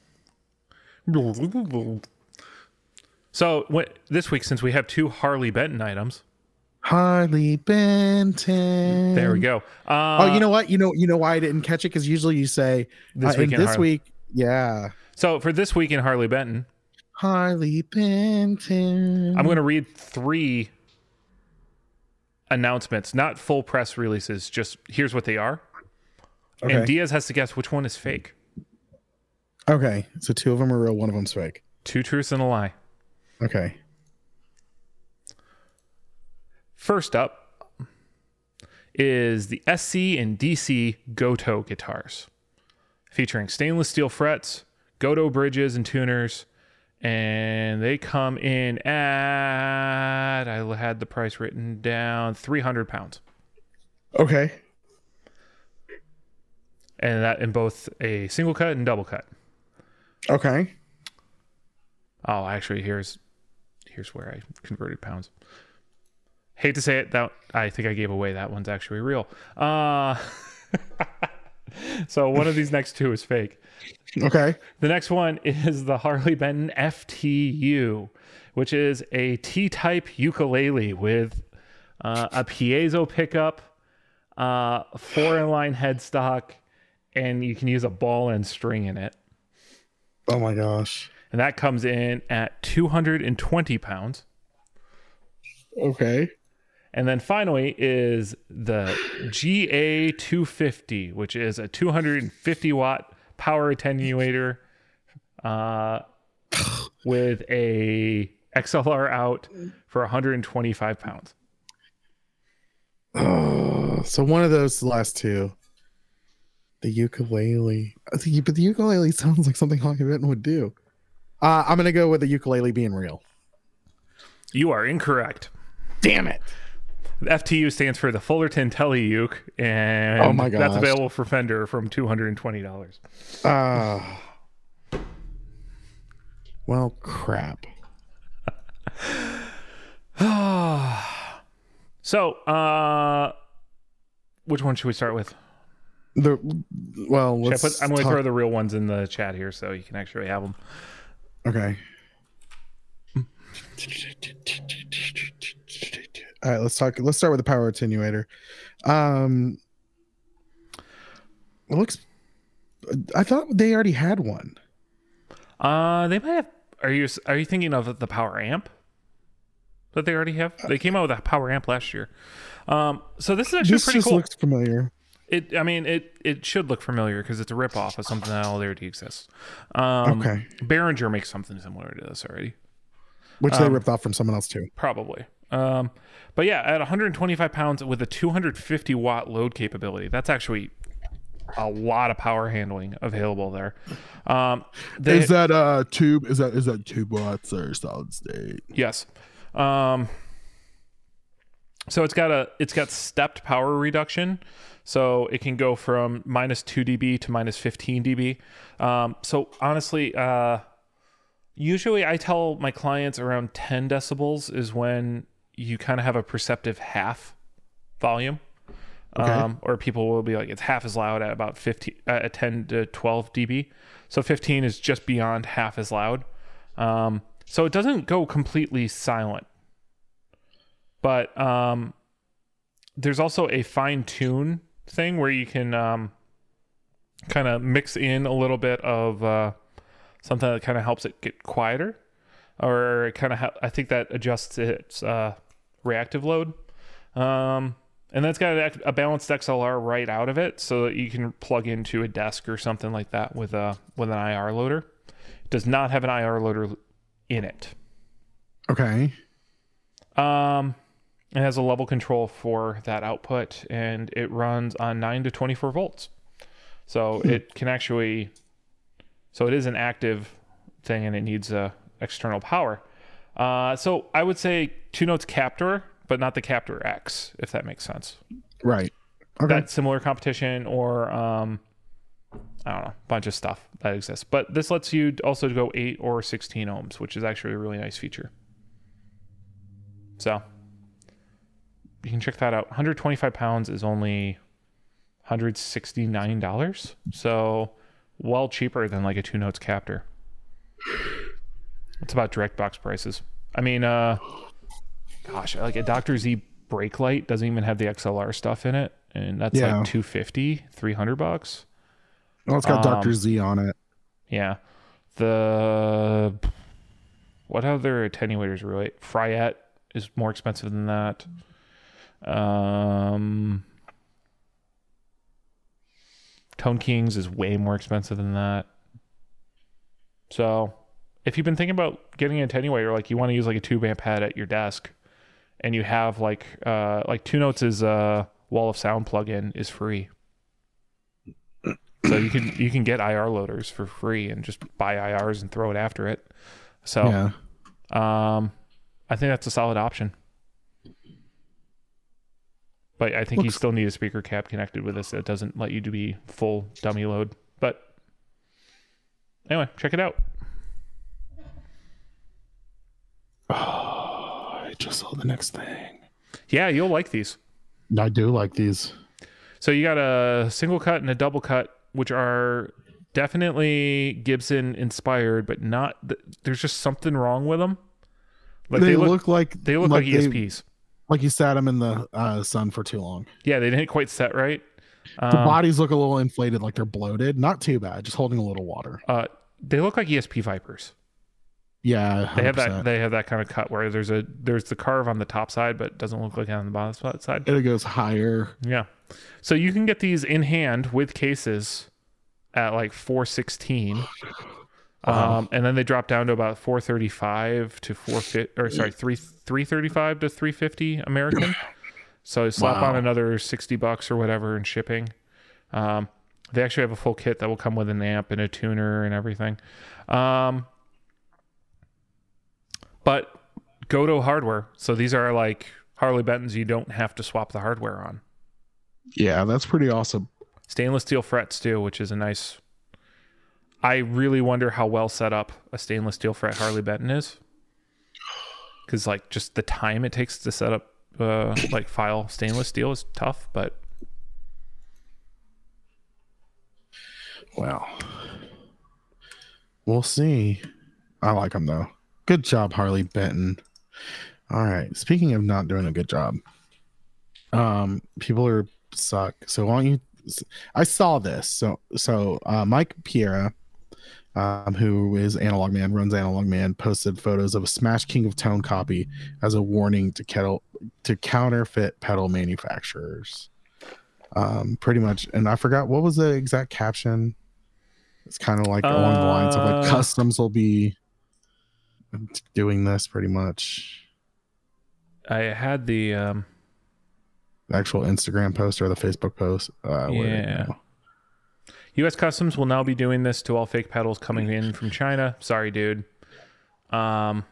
Speaker 1: So what, this week, since we have two Harley Benton items,
Speaker 2: Harley Benton.
Speaker 1: there we go. Uh,
Speaker 2: Oh, you know what? You know you know why I didn't catch it because usually you say
Speaker 1: This
Speaker 2: this week.
Speaker 1: week in
Speaker 2: This
Speaker 1: Harley.
Speaker 2: week, yeah,
Speaker 1: So for this week in Harley Benton,
Speaker 2: Harley Benton.
Speaker 1: I'm going to read three announcements, not full press releases. Just here's what they are,
Speaker 2: okay.
Speaker 1: and Diaz has to guess which one is fake.
Speaker 2: okay, so two of them are real, one of them's fake.
Speaker 1: Two truths and a lie.
Speaker 2: Okay.
Speaker 1: First up is the SC and DC Goto guitars, featuring stainless steel frets, Goto bridges and tuners, and they come in at I had the price written down three hundred pounds,
Speaker 2: Okay.
Speaker 1: and that in both a single cut and double cut.
Speaker 2: Okay.
Speaker 1: Oh, actually, here's here's where I converted pounds. Hate to say it, that I think I gave away that one's actually real. Uh, so one of these next two is fake.
Speaker 2: Okay.
Speaker 1: The next one is the Harley Benton FTU, which is a T-type ukulele with uh, a piezo pickup, uh, four-in-line headstock, and you can use a ball and string in it.
Speaker 2: Oh my gosh.
Speaker 1: And that comes in at 220 pounds.
Speaker 2: Okay.
Speaker 1: And then finally is the GA250, which is a 250 watt power attenuator uh, with a XLR out for 125 pounds.
Speaker 2: Oh, so one of those last two. The ukulele. I think- But the ukulele sounds like something Honky Benton would do. Uh, I'm going to go with the ukulele being real.
Speaker 1: You are incorrect.
Speaker 2: Damn it.
Speaker 1: The FTU stands for the Fullerton Tele Uke, and
Speaker 2: Oh my
Speaker 1: that's
Speaker 2: gosh.
Speaker 1: available for Fender from $220.
Speaker 2: Uh, well, crap.
Speaker 1: So, uh, which one should we start with?
Speaker 2: The well,
Speaker 1: Should I
Speaker 2: let's
Speaker 1: put, I'm going to
Speaker 2: talk-
Speaker 1: throw the real ones in the chat here so you can actually have them.
Speaker 2: Okay. All right, let's talk. Let's start with the power attenuator. Um, it looks. I thought they already had one.
Speaker 1: Uh, they might have. Are you are you thinking of the power amp that they already have? They came out with a power amp last year. Um, so this is actually
Speaker 2: This
Speaker 1: pretty
Speaker 2: just
Speaker 1: cool.
Speaker 2: looks familiar.
Speaker 1: it, I mean, it it should look familiar because it's a ripoff of something that already exists. Um,
Speaker 2: Okay.
Speaker 1: Behringer makes something similar to this already,
Speaker 2: Which they ripped off from someone else too.
Speaker 1: probably. Um, but yeah, at 125 pounds with a 250 watt load capability, that's actually a lot of power handling available there. Um, they,
Speaker 4: Is that uh tube? Is that is that tube watts or solid state?
Speaker 1: Yes. Um, so it's got a it's got stepped power reduction, so it can go from minus two dB to minus fifteen dB. Um, so honestly, uh, usually I tell my clients around ten decibels is when you kind of have a perceptive half volume. Um, or people will be like it's half as loud at about 15 uh, at 10 to 12 dB. So 15 is just beyond half as loud. Um, so it doesn't go completely silent, but um, there's also a fine tune thing where you can um, kind of mix in a little bit of uh, something that kind of helps it get quieter, or it kind of ha- I think that adjusts its uh, reactive load. Um, and that's got a, a balanced XLR right out of it, so that you can plug into a desk or something like that with a with an IR loader. It does not have an IR loader l- in it.
Speaker 2: Okay.
Speaker 1: Um, it has a level control for that output, and it runs on nine to twenty four volts, so it can actually So it is an active thing and it needs uh, external power. Uh, so I would say two notes captor, but not the captor X, if that makes sense.
Speaker 2: Right. Okay.
Speaker 1: That similar competition or um, I don't know, bunch of stuff that exists. But this lets you also go eight or sixteen ohms, which is actually a really nice feature. So you can check that out. 125 pounds is only $169. So well cheaper than like a two notes captor. It's about direct box prices. I mean, uh gosh, like a Dr. Z brake light doesn't even have the XLR stuff in it. And that's
Speaker 2: Yeah.
Speaker 1: like 250, 300 bucks.
Speaker 2: well, it's got Doctor
Speaker 1: um,
Speaker 2: Z on it.
Speaker 1: Yeah. The what other attenuators really? Fryette is more expensive than that. Um Tone Kings is way more expensive than that. So if you've been thinking about getting an attenuator, like you want to use like a tube amp head at your desk and you have like uh like two notes is uh wall of sound plugin is free. So you can you can get IR loaders for free and just buy IRs and throw it after it. So
Speaker 2: Yeah.
Speaker 1: um, I think that's a solid option. But I think you
Speaker 2: Looks-
Speaker 1: still need a speaker cab connected with this that doesn't let you to be full dummy load. But anyway, check it out.
Speaker 4: I just saw the next thing.
Speaker 1: Yeah, you'll like these.
Speaker 2: I do like these.
Speaker 1: So you got a single cut and a double cut, which are definitely Gibson inspired, but not. th- There's just something wrong with them. Like
Speaker 2: they, look, like
Speaker 1: They look like, E
Speaker 2: they-
Speaker 1: ESPs.
Speaker 2: like you sat them in the uh, sun for too long.
Speaker 1: Yeah, they didn't quite set right.
Speaker 2: The
Speaker 1: Um,
Speaker 2: bodies look a little inflated, like they're bloated. Not too bad, just holding a little water.
Speaker 1: uh, they look like ESP Vipers.
Speaker 2: Yeah,
Speaker 1: They have that.
Speaker 2: 100%.
Speaker 1: They have that kind of cut where there's a there's the carve on the top side, but it doesn't look like it on the bottom spot- side.
Speaker 2: it goes higher.
Speaker 1: Yeah. So you can get these in hand with cases at like 416. Um, and then they drop down to about 435 to 450 or sorry, 3 335 to 350 American. So slap on
Speaker 2: Wow.
Speaker 1: another 60 bucks or whatever in shipping. Um, they actually have a full kit that will come with an amp and a tuner and everything. Um, but go to hardware. So these are like Harley Benton's you don't have to swap the hardware on.
Speaker 2: Yeah, that's pretty awesome.
Speaker 1: stainless steel frets too, which is a nice. I really wonder how well set up a stainless steel fret Harley Benton is, because like just the time it takes to set up uh, like file stainless steel is tough. But
Speaker 2: Wow. We'll see. I like them though. Good job, Harley Benton. All right. Speaking of not doing a good job, um, people are suck. So why don't you? I saw this. So so uh, Mike Piera, um, who is Analog Man, runs Analog Man, posted photos of a Smash King of Tone copy as a warning to kettle to counterfeit pedal manufacturers. Um, pretty much, and I forgot what was the exact caption. It's kind of like along the lines of like
Speaker 1: Uh,
Speaker 2: customs will be doing this pretty much.
Speaker 1: I had the um,
Speaker 2: The actual Instagram post or the Facebook post. Uh, where-
Speaker 1: Yeah. U.S. Customs will now be doing this to all fake pedals coming in from China. Sorry, dude. Um,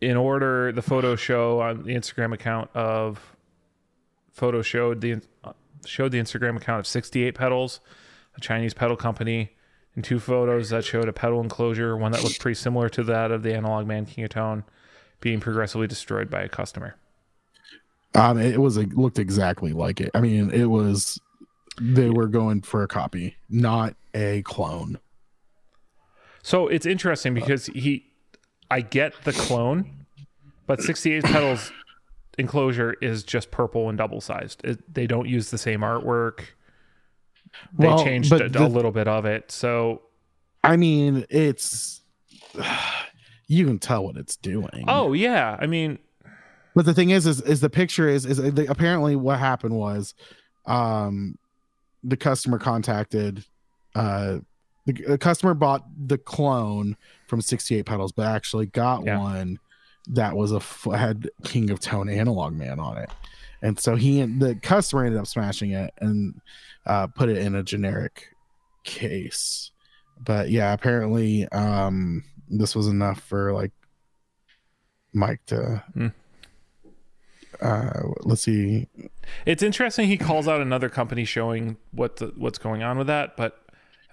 Speaker 1: in order, the photo show on the Instagram account of photo showed the showed the Instagram account of 68 pedals, a Chinese pedal company, and two photos that showed a pedal enclosure, one that looked pretty similar to that of the Analog Man King of Tone, being progressively destroyed by a customer.
Speaker 2: Um, it was it looked exactly like it. I mean, it was they were going for a copy, not a clone.
Speaker 1: So it's interesting because he, I get the clone, but 68 pedals enclosure is just purple and double sized. It, they don't use the same artwork. They
Speaker 2: Well,
Speaker 1: changed
Speaker 2: but
Speaker 1: a,
Speaker 2: the-
Speaker 1: a little bit of it. So
Speaker 2: I mean, it's you can tell what it's doing.
Speaker 1: oh yeah, I mean
Speaker 2: but the thing is, is is the picture is is the, apparently what happened was, um, the customer contacted, uh, the, the customer bought the clone from 68 pedals, but actually got
Speaker 1: Yeah.
Speaker 2: one that was a f- had King of Tone analog man on it, and so he the customer ended up smashing it and uh, put it in a generic case. But yeah, apparently um this was enough for like Mike to
Speaker 1: Hmm.
Speaker 2: uh let's see.
Speaker 1: It's interesting he calls out another company showing what the, what's going on with that, but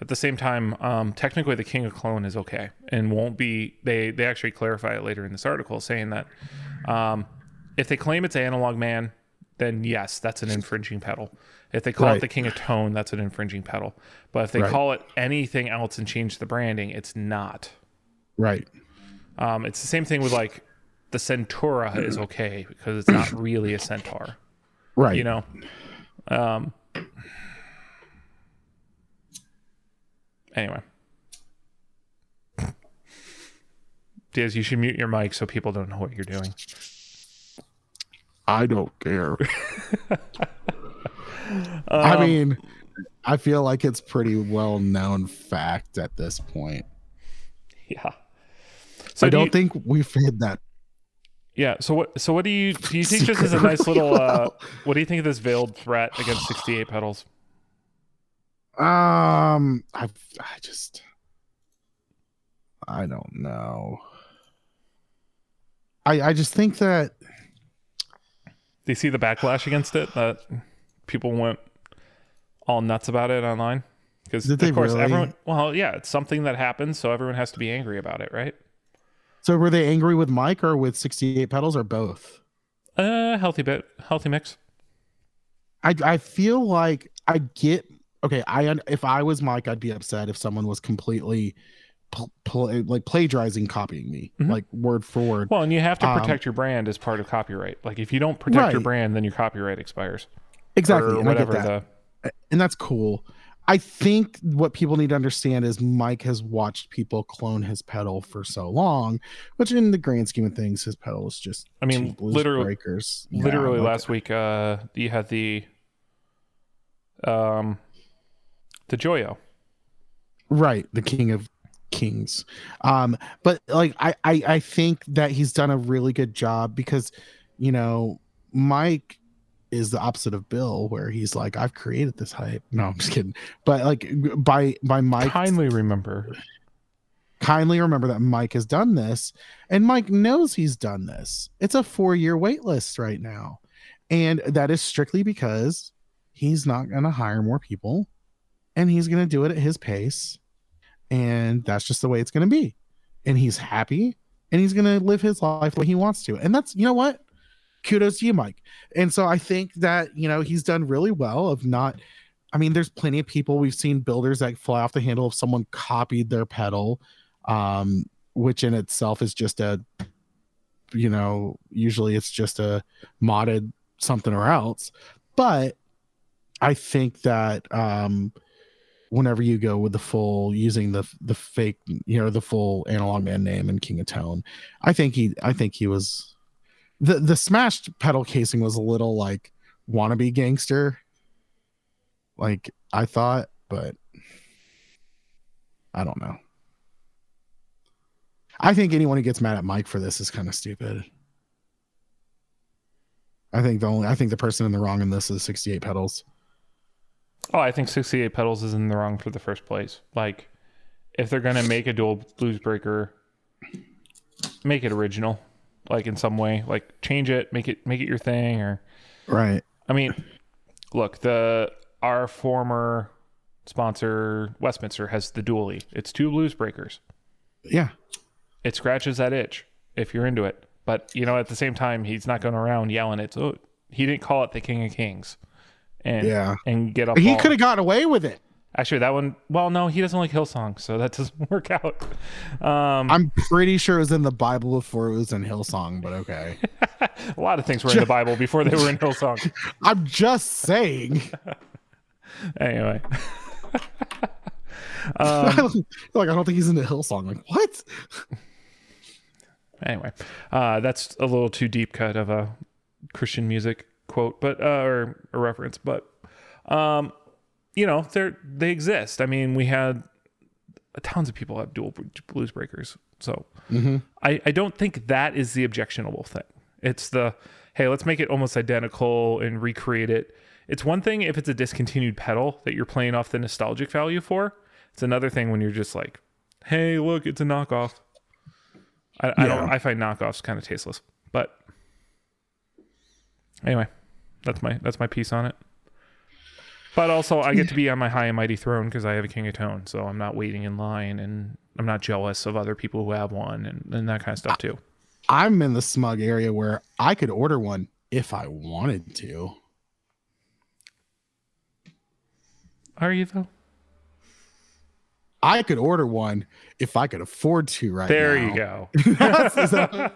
Speaker 1: at the same time, um, technically the King of Clone is okay and won't be. They they actually clarify it later in this article, saying that um, if they claim it's Analog Man, then yes, that's an infringing pedal. If they call it
Speaker 2: Right.
Speaker 1: the King of Tone, that's an infringing pedal. But if they
Speaker 2: Right.
Speaker 1: call it anything else and change the branding, it's not.
Speaker 2: Right.
Speaker 1: Um, it's the same thing with like the Centaura is okay because it's not really a centaur
Speaker 2: Right.
Speaker 1: you know um anyway Diaz, you should mute your mic so people don't know what you're doing.
Speaker 4: I don't care.
Speaker 2: I
Speaker 1: Um,
Speaker 2: mean, I feel like it's pretty well known fact at this point.
Speaker 1: yeah. So
Speaker 2: I
Speaker 1: do
Speaker 2: don't
Speaker 1: you-
Speaker 2: think we've had that.
Speaker 1: Yeah. So what? So what do you do? You think this is a
Speaker 2: Secretly
Speaker 1: nice little? Uh,
Speaker 2: well.
Speaker 1: what do you think of this veiled threat against 68 pedals?
Speaker 2: Um, I I just I don't know. I I just think that
Speaker 1: Do you see the backlash against it? That people went all nuts about it online because
Speaker 2: Did
Speaker 1: of
Speaker 2: they
Speaker 1: course
Speaker 2: really?
Speaker 1: everyone. Well, yeah, it's something that happens, so everyone has to be angry about it, right?
Speaker 2: so were they angry with Mike or with 68 pedals or both?
Speaker 1: Uh, healthy bit, healthy mix.
Speaker 2: I I feel like I get okay. I un- if I was Mike, I'd be upset if someone was completely pl- pl- like plagiarizing, copying me,
Speaker 1: Mhm.
Speaker 2: like word for word.
Speaker 1: Well, and you have to
Speaker 2: Um,
Speaker 1: protect your brand as part of copyright. Like if you don't protect your
Speaker 2: Right.
Speaker 1: brand, then your copyright expires.
Speaker 2: exactly,
Speaker 1: Or
Speaker 2: and I get
Speaker 1: whatever
Speaker 2: that,
Speaker 1: the.
Speaker 2: and that's cool. I think what people need to understand is Mike has watched people clone his pedal for so long, which in the grand scheme of things, his pedal is just
Speaker 1: I mean,
Speaker 2: cheap loose
Speaker 1: literally-
Speaker 2: breakers. Yeah,
Speaker 1: literally
Speaker 2: like-
Speaker 1: last week, uh, you had the. Um, the Joyo.
Speaker 2: right the king of kings um but like I, I i think that he's done a really good job because you know mike is the opposite of bill where he's like i've created this hype no i'm just kidding but like by by
Speaker 1: I
Speaker 2: mike
Speaker 1: kindly remember.
Speaker 2: kindly remember that mike has done this and mike knows he's done this it's a four year wait list right now and that is strictly because he's not going to hire more people and he's going to do it at his pace and that's just the way it's going to be and he's happy and he's going to live his life the way he wants to and that's you know what kudos to you mike and so i think that you know he's done really well of not i mean there's plenty of people we've seen builders that fly off the handle if someone copied their pedal um which in itself is just a you know usually it's just a modded something or else but i think that um whenever you go with the full using the the fake you know the full analog man name and king of tone i think he i think he was the the smashed pedal casing was a little like wannabe gangster like i thought but i don't know i think anyone who gets mad at mike for this is kind of stupid i think the only i think the person in the wrong in this is 68 pedals
Speaker 1: Oh, I think 68 Pedals is in the wrong for the first place. Like, if they're going to make a dual blues breaker, make it original, like in some way, like change it, make it make it your thing or
Speaker 2: right
Speaker 1: I mean, look, the our former sponsor Westminster has the dually. It's two blues breakers.
Speaker 2: yeah
Speaker 1: It scratches that itch if you're into it. But, you know, at the same time, he's not going around yelling it's oh, he didn't call it the King of Kings. And
Speaker 2: Yeah.
Speaker 1: and get up
Speaker 2: he
Speaker 1: all-
Speaker 2: could have got away with it.
Speaker 1: Actually, that one. Well, no, he doesn't like Hillsong, so that doesn't work out. Um,
Speaker 2: I'm pretty sure it was in the Bible before it was in Hillsong, but okay.
Speaker 1: a lot of things were in the Bible before they were in Hillsong.
Speaker 2: I'm just saying.
Speaker 1: Anyway,
Speaker 2: like I don't think he's into Hillsong. Like what?
Speaker 1: anyway, uh, that's a little too deep cut of a Christian music quote, but uh, or a reference. But um, you know, they are they exist. I mean, we had tons of people have dual blues breakers, so I, I don't think that is the objectionable thing. It's the hey, let's make it almost identical and recreate it. It's one thing if it's a discontinued pedal that you're playing off the nostalgic value for, It's another thing when you're just like, hey, look, it's a knockoff. I, I don't.
Speaker 4: Yeah.
Speaker 1: I find knockoffs kind of tasteless. But anyway, that's my that's my piece on it. But also, I get to be on my high and mighty throne because I have a king of tone, so I'm not waiting in line, and I'm not jealous of other people who have one, and, and that kind of stuff too.
Speaker 4: I'm in the smug area where I could order one if I wanted to.
Speaker 1: Are you though?
Speaker 4: I could order one if I could afford to right
Speaker 1: There
Speaker 4: now.
Speaker 1: you go.
Speaker 4: that's, is that-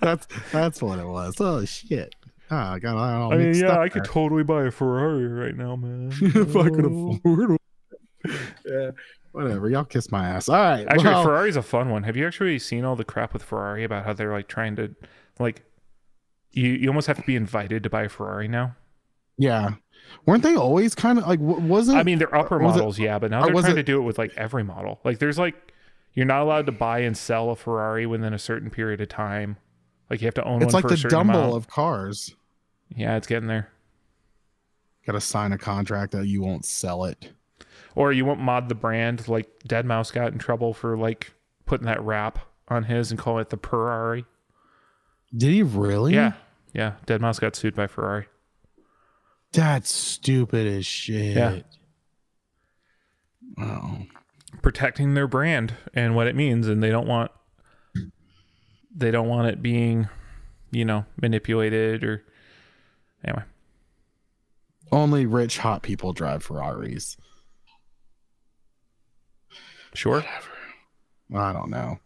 Speaker 4: that's that's what it was. Oh shit. Oh, I got all
Speaker 1: I mean,
Speaker 4: mixed
Speaker 1: yeah,
Speaker 4: up
Speaker 1: I could
Speaker 4: there.
Speaker 1: totally buy a Ferrari right now, man.
Speaker 4: if I could
Speaker 1: Oh.
Speaker 4: afford one. yeah, whatever. Y'all kiss my ass. All right.
Speaker 1: Actually,
Speaker 4: well,
Speaker 1: Ferrari's a fun one. Have you actually seen all the crap with Ferrari about how they're like trying to, like, you you almost have to be invited to buy a Ferrari now.
Speaker 4: yeah. Weren't they always kind of like? wa- Wasn't
Speaker 1: I mean, they're upper
Speaker 4: Hmm. was it-
Speaker 1: models, yeah, but now
Speaker 4: or
Speaker 1: they're
Speaker 4: was
Speaker 1: trying to
Speaker 4: it-
Speaker 1: do it with like every model. Like, there's like, you're not allowed to buy and sell a Ferrari within a certain period of time. Like, you have to own
Speaker 4: it's
Speaker 1: one
Speaker 4: like
Speaker 1: for
Speaker 4: the
Speaker 1: a certain amount.
Speaker 4: Dumble of cars.
Speaker 1: yeah, it's getting there.
Speaker 4: Got to sign a contract that you won't sell it.
Speaker 1: Or you won't mod the brand. Like, Dead Mouse got in trouble for like putting that wrap on his and calling it the Ferrari.
Speaker 4: Did he really?
Speaker 1: Yeah, yeah. Dead Mouse got sued by Ferrari.
Speaker 4: That's stupid as shit.
Speaker 1: Yeah.
Speaker 4: Wow.
Speaker 1: protecting their brand and what it means and they don't want they don't want it being you know manipulated or anyway
Speaker 4: Only rich hot people drive Ferraris.
Speaker 1: sure
Speaker 4: I don't know.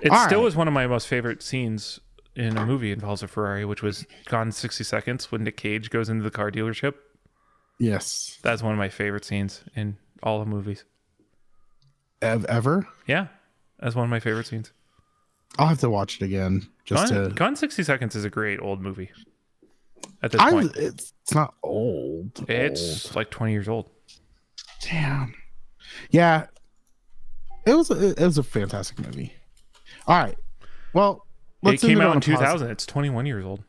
Speaker 1: it
Speaker 4: All
Speaker 1: still
Speaker 4: right.
Speaker 1: is one of my most favorite scenes in a movie involves a ferrari which was gone in 60 seconds when nick cage goes into the car dealership
Speaker 4: Yes.
Speaker 1: that's one of my favorite scenes in all the movies
Speaker 4: Ev- ever?
Speaker 1: yeah that's one of my favorite scenes
Speaker 4: I'll have to watch it again just
Speaker 1: gone,
Speaker 4: to.
Speaker 1: gone 60 seconds is a great old movie at this
Speaker 4: I,
Speaker 1: point
Speaker 4: it's, it's not old.
Speaker 1: it's like 20 years old
Speaker 4: old. damn. Yeah. It was a, it was a fantastic movie. All right. Well,
Speaker 1: it
Speaker 4: end
Speaker 1: came
Speaker 4: it
Speaker 1: out
Speaker 4: on
Speaker 1: in
Speaker 4: a posi-
Speaker 1: 2000 it's 21 years old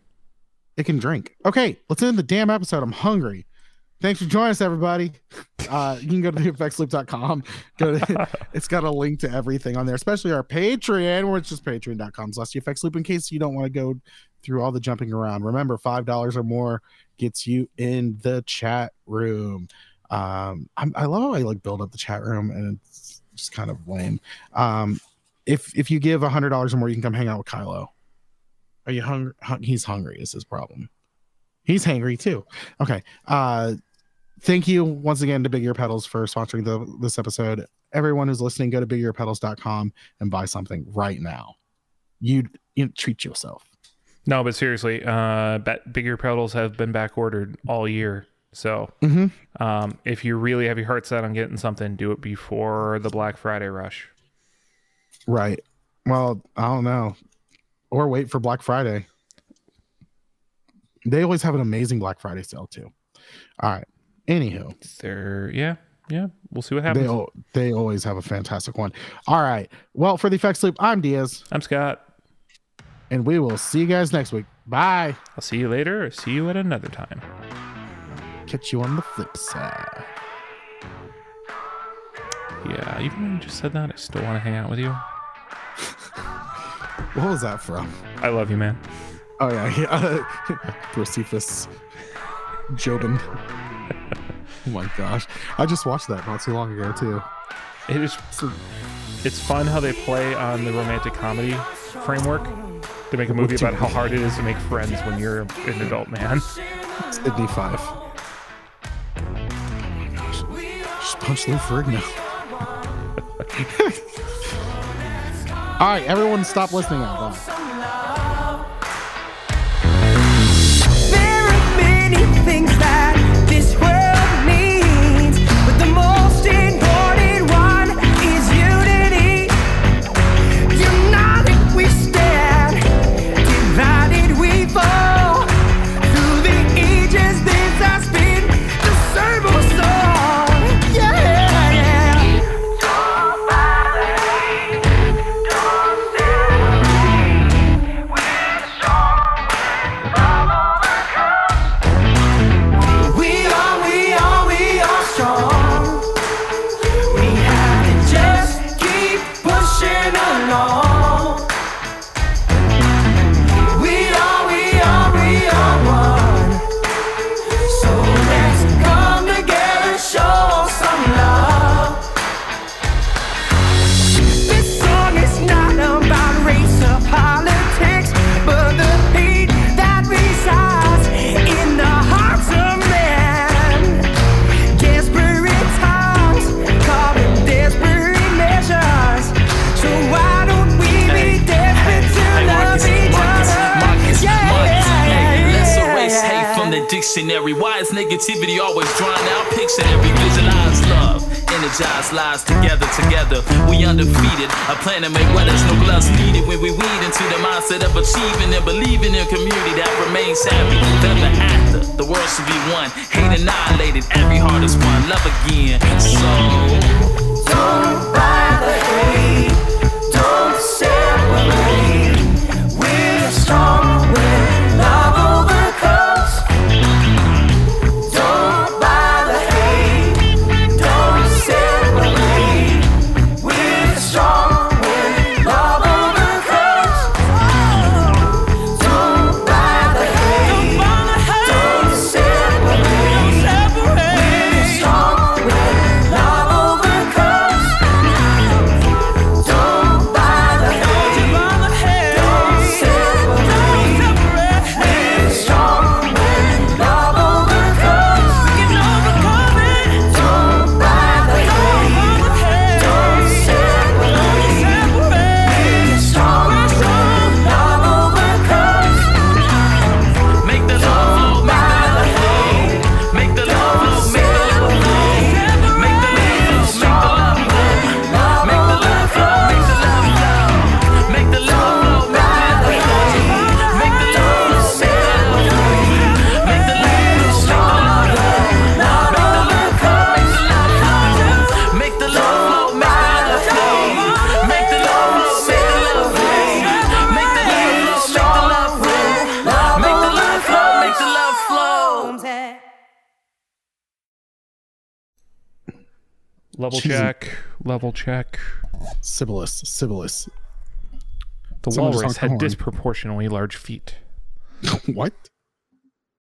Speaker 4: It can drink. Okay, let's end the damn episode. I'm hungry. Thanks for joining us, everybody. Uh, you can go to theeffectsloop.com. Go to, it's got a link to everything on there, especially our Patreon, where it's just patreon.com slash loop in case you don't want to go through all the jumping around. Remember, $5 or more gets you in the chat room. Um, I'm, I love how I like build up the chat room and it's just kind of lame. Um, if if you give $100 or more, you can come hang out with Kylo. Are you hungry? Hun- he's hungry is his problem. He's hangry too. Okay. Uh thank you once again to Big Ear Pedals for sponsoring the, this episode. Everyone who's listening, go to bigearpedals.com and buy something right now. You, you treat yourself.
Speaker 1: No, but seriously, uh, bet bigger pedals have been back ordered all year. So
Speaker 4: Mm-hmm.
Speaker 1: um, if you really have your heart set on getting something, do it before the Black Friday rush.
Speaker 4: Right. Well, I don't know. Or wait for Black Friday. They always have an amazing Black Friday sale too. All right. Anywho.
Speaker 1: There, yeah, yeah, we'll see what
Speaker 4: They,
Speaker 1: happens.
Speaker 4: al- they always have a fantastic one. All right. Well, for the effects loop, I'm Diaz.
Speaker 1: I'm Scott.
Speaker 4: and we will see you guys next week. Bye.
Speaker 1: I'll see you later. Or see you at another time.
Speaker 4: Catch you on the flip side.
Speaker 1: Yeah, even though you just said that, I still want to hang out with you.
Speaker 4: What was that from?
Speaker 1: I love you, man.
Speaker 4: Oh yeah, yeah. Persephus, Jobin. oh my gosh, I just watched that not too long ago too.
Speaker 1: It is. It's fun how they play on the romantic comedy framework to make a movie about how hard it is to make friends when you're an adult man.
Speaker 4: Sydney Five. Oh my gosh, just punch Lou Ferrigno. All right, everyone, stop listening now. Bye.
Speaker 3: There are many things that this world needs, but the most important one is unity. United we stand, divided we fall. Through the ages, this has been the same old song. Yeah, yeah.
Speaker 5: Don't separate.
Speaker 6: negativity always drawn out. Picture every visualized love. Energized lives together, together. We undefeated. A plan to make weathers, no gloves needed. When we weed into the mindset of achieving and believing in a community that remains happy. Then the actor, the world should be one. Hate annihilated, every heart is one. Love again. So.
Speaker 3: Don't buy the hate. Don't separate. We're strong when love overcomes. Don't buy the hate. Don't separate. We're strong when love overcomes. Don't buy the hate. Don't separate. We're strong when love overcomes. Don't buy the hate. Don't separate. We're strong when love overcomes. Don't buy the hate. Don't separate. We're strong when love overcomes.
Speaker 6: Make the love flow, make the love flow. Make the love flow, make the love flow. Make the love flow, make the love flow. Make the love flow, make the love flow. Make the love flow, make the love flow. Make the love flow, make the love flow. Make the love flow, make the love flow. Make the love flow, make the love flow. Make the love flow, make the love flow.
Speaker 1: Level
Speaker 2: She's a-
Speaker 1: check. Level check.
Speaker 2: Sibilis, Sibilis.
Speaker 1: The
Speaker 2: Someone
Speaker 1: walrus
Speaker 2: just honked the
Speaker 1: had
Speaker 2: horn.
Speaker 1: disproportionately large feet.
Speaker 2: what?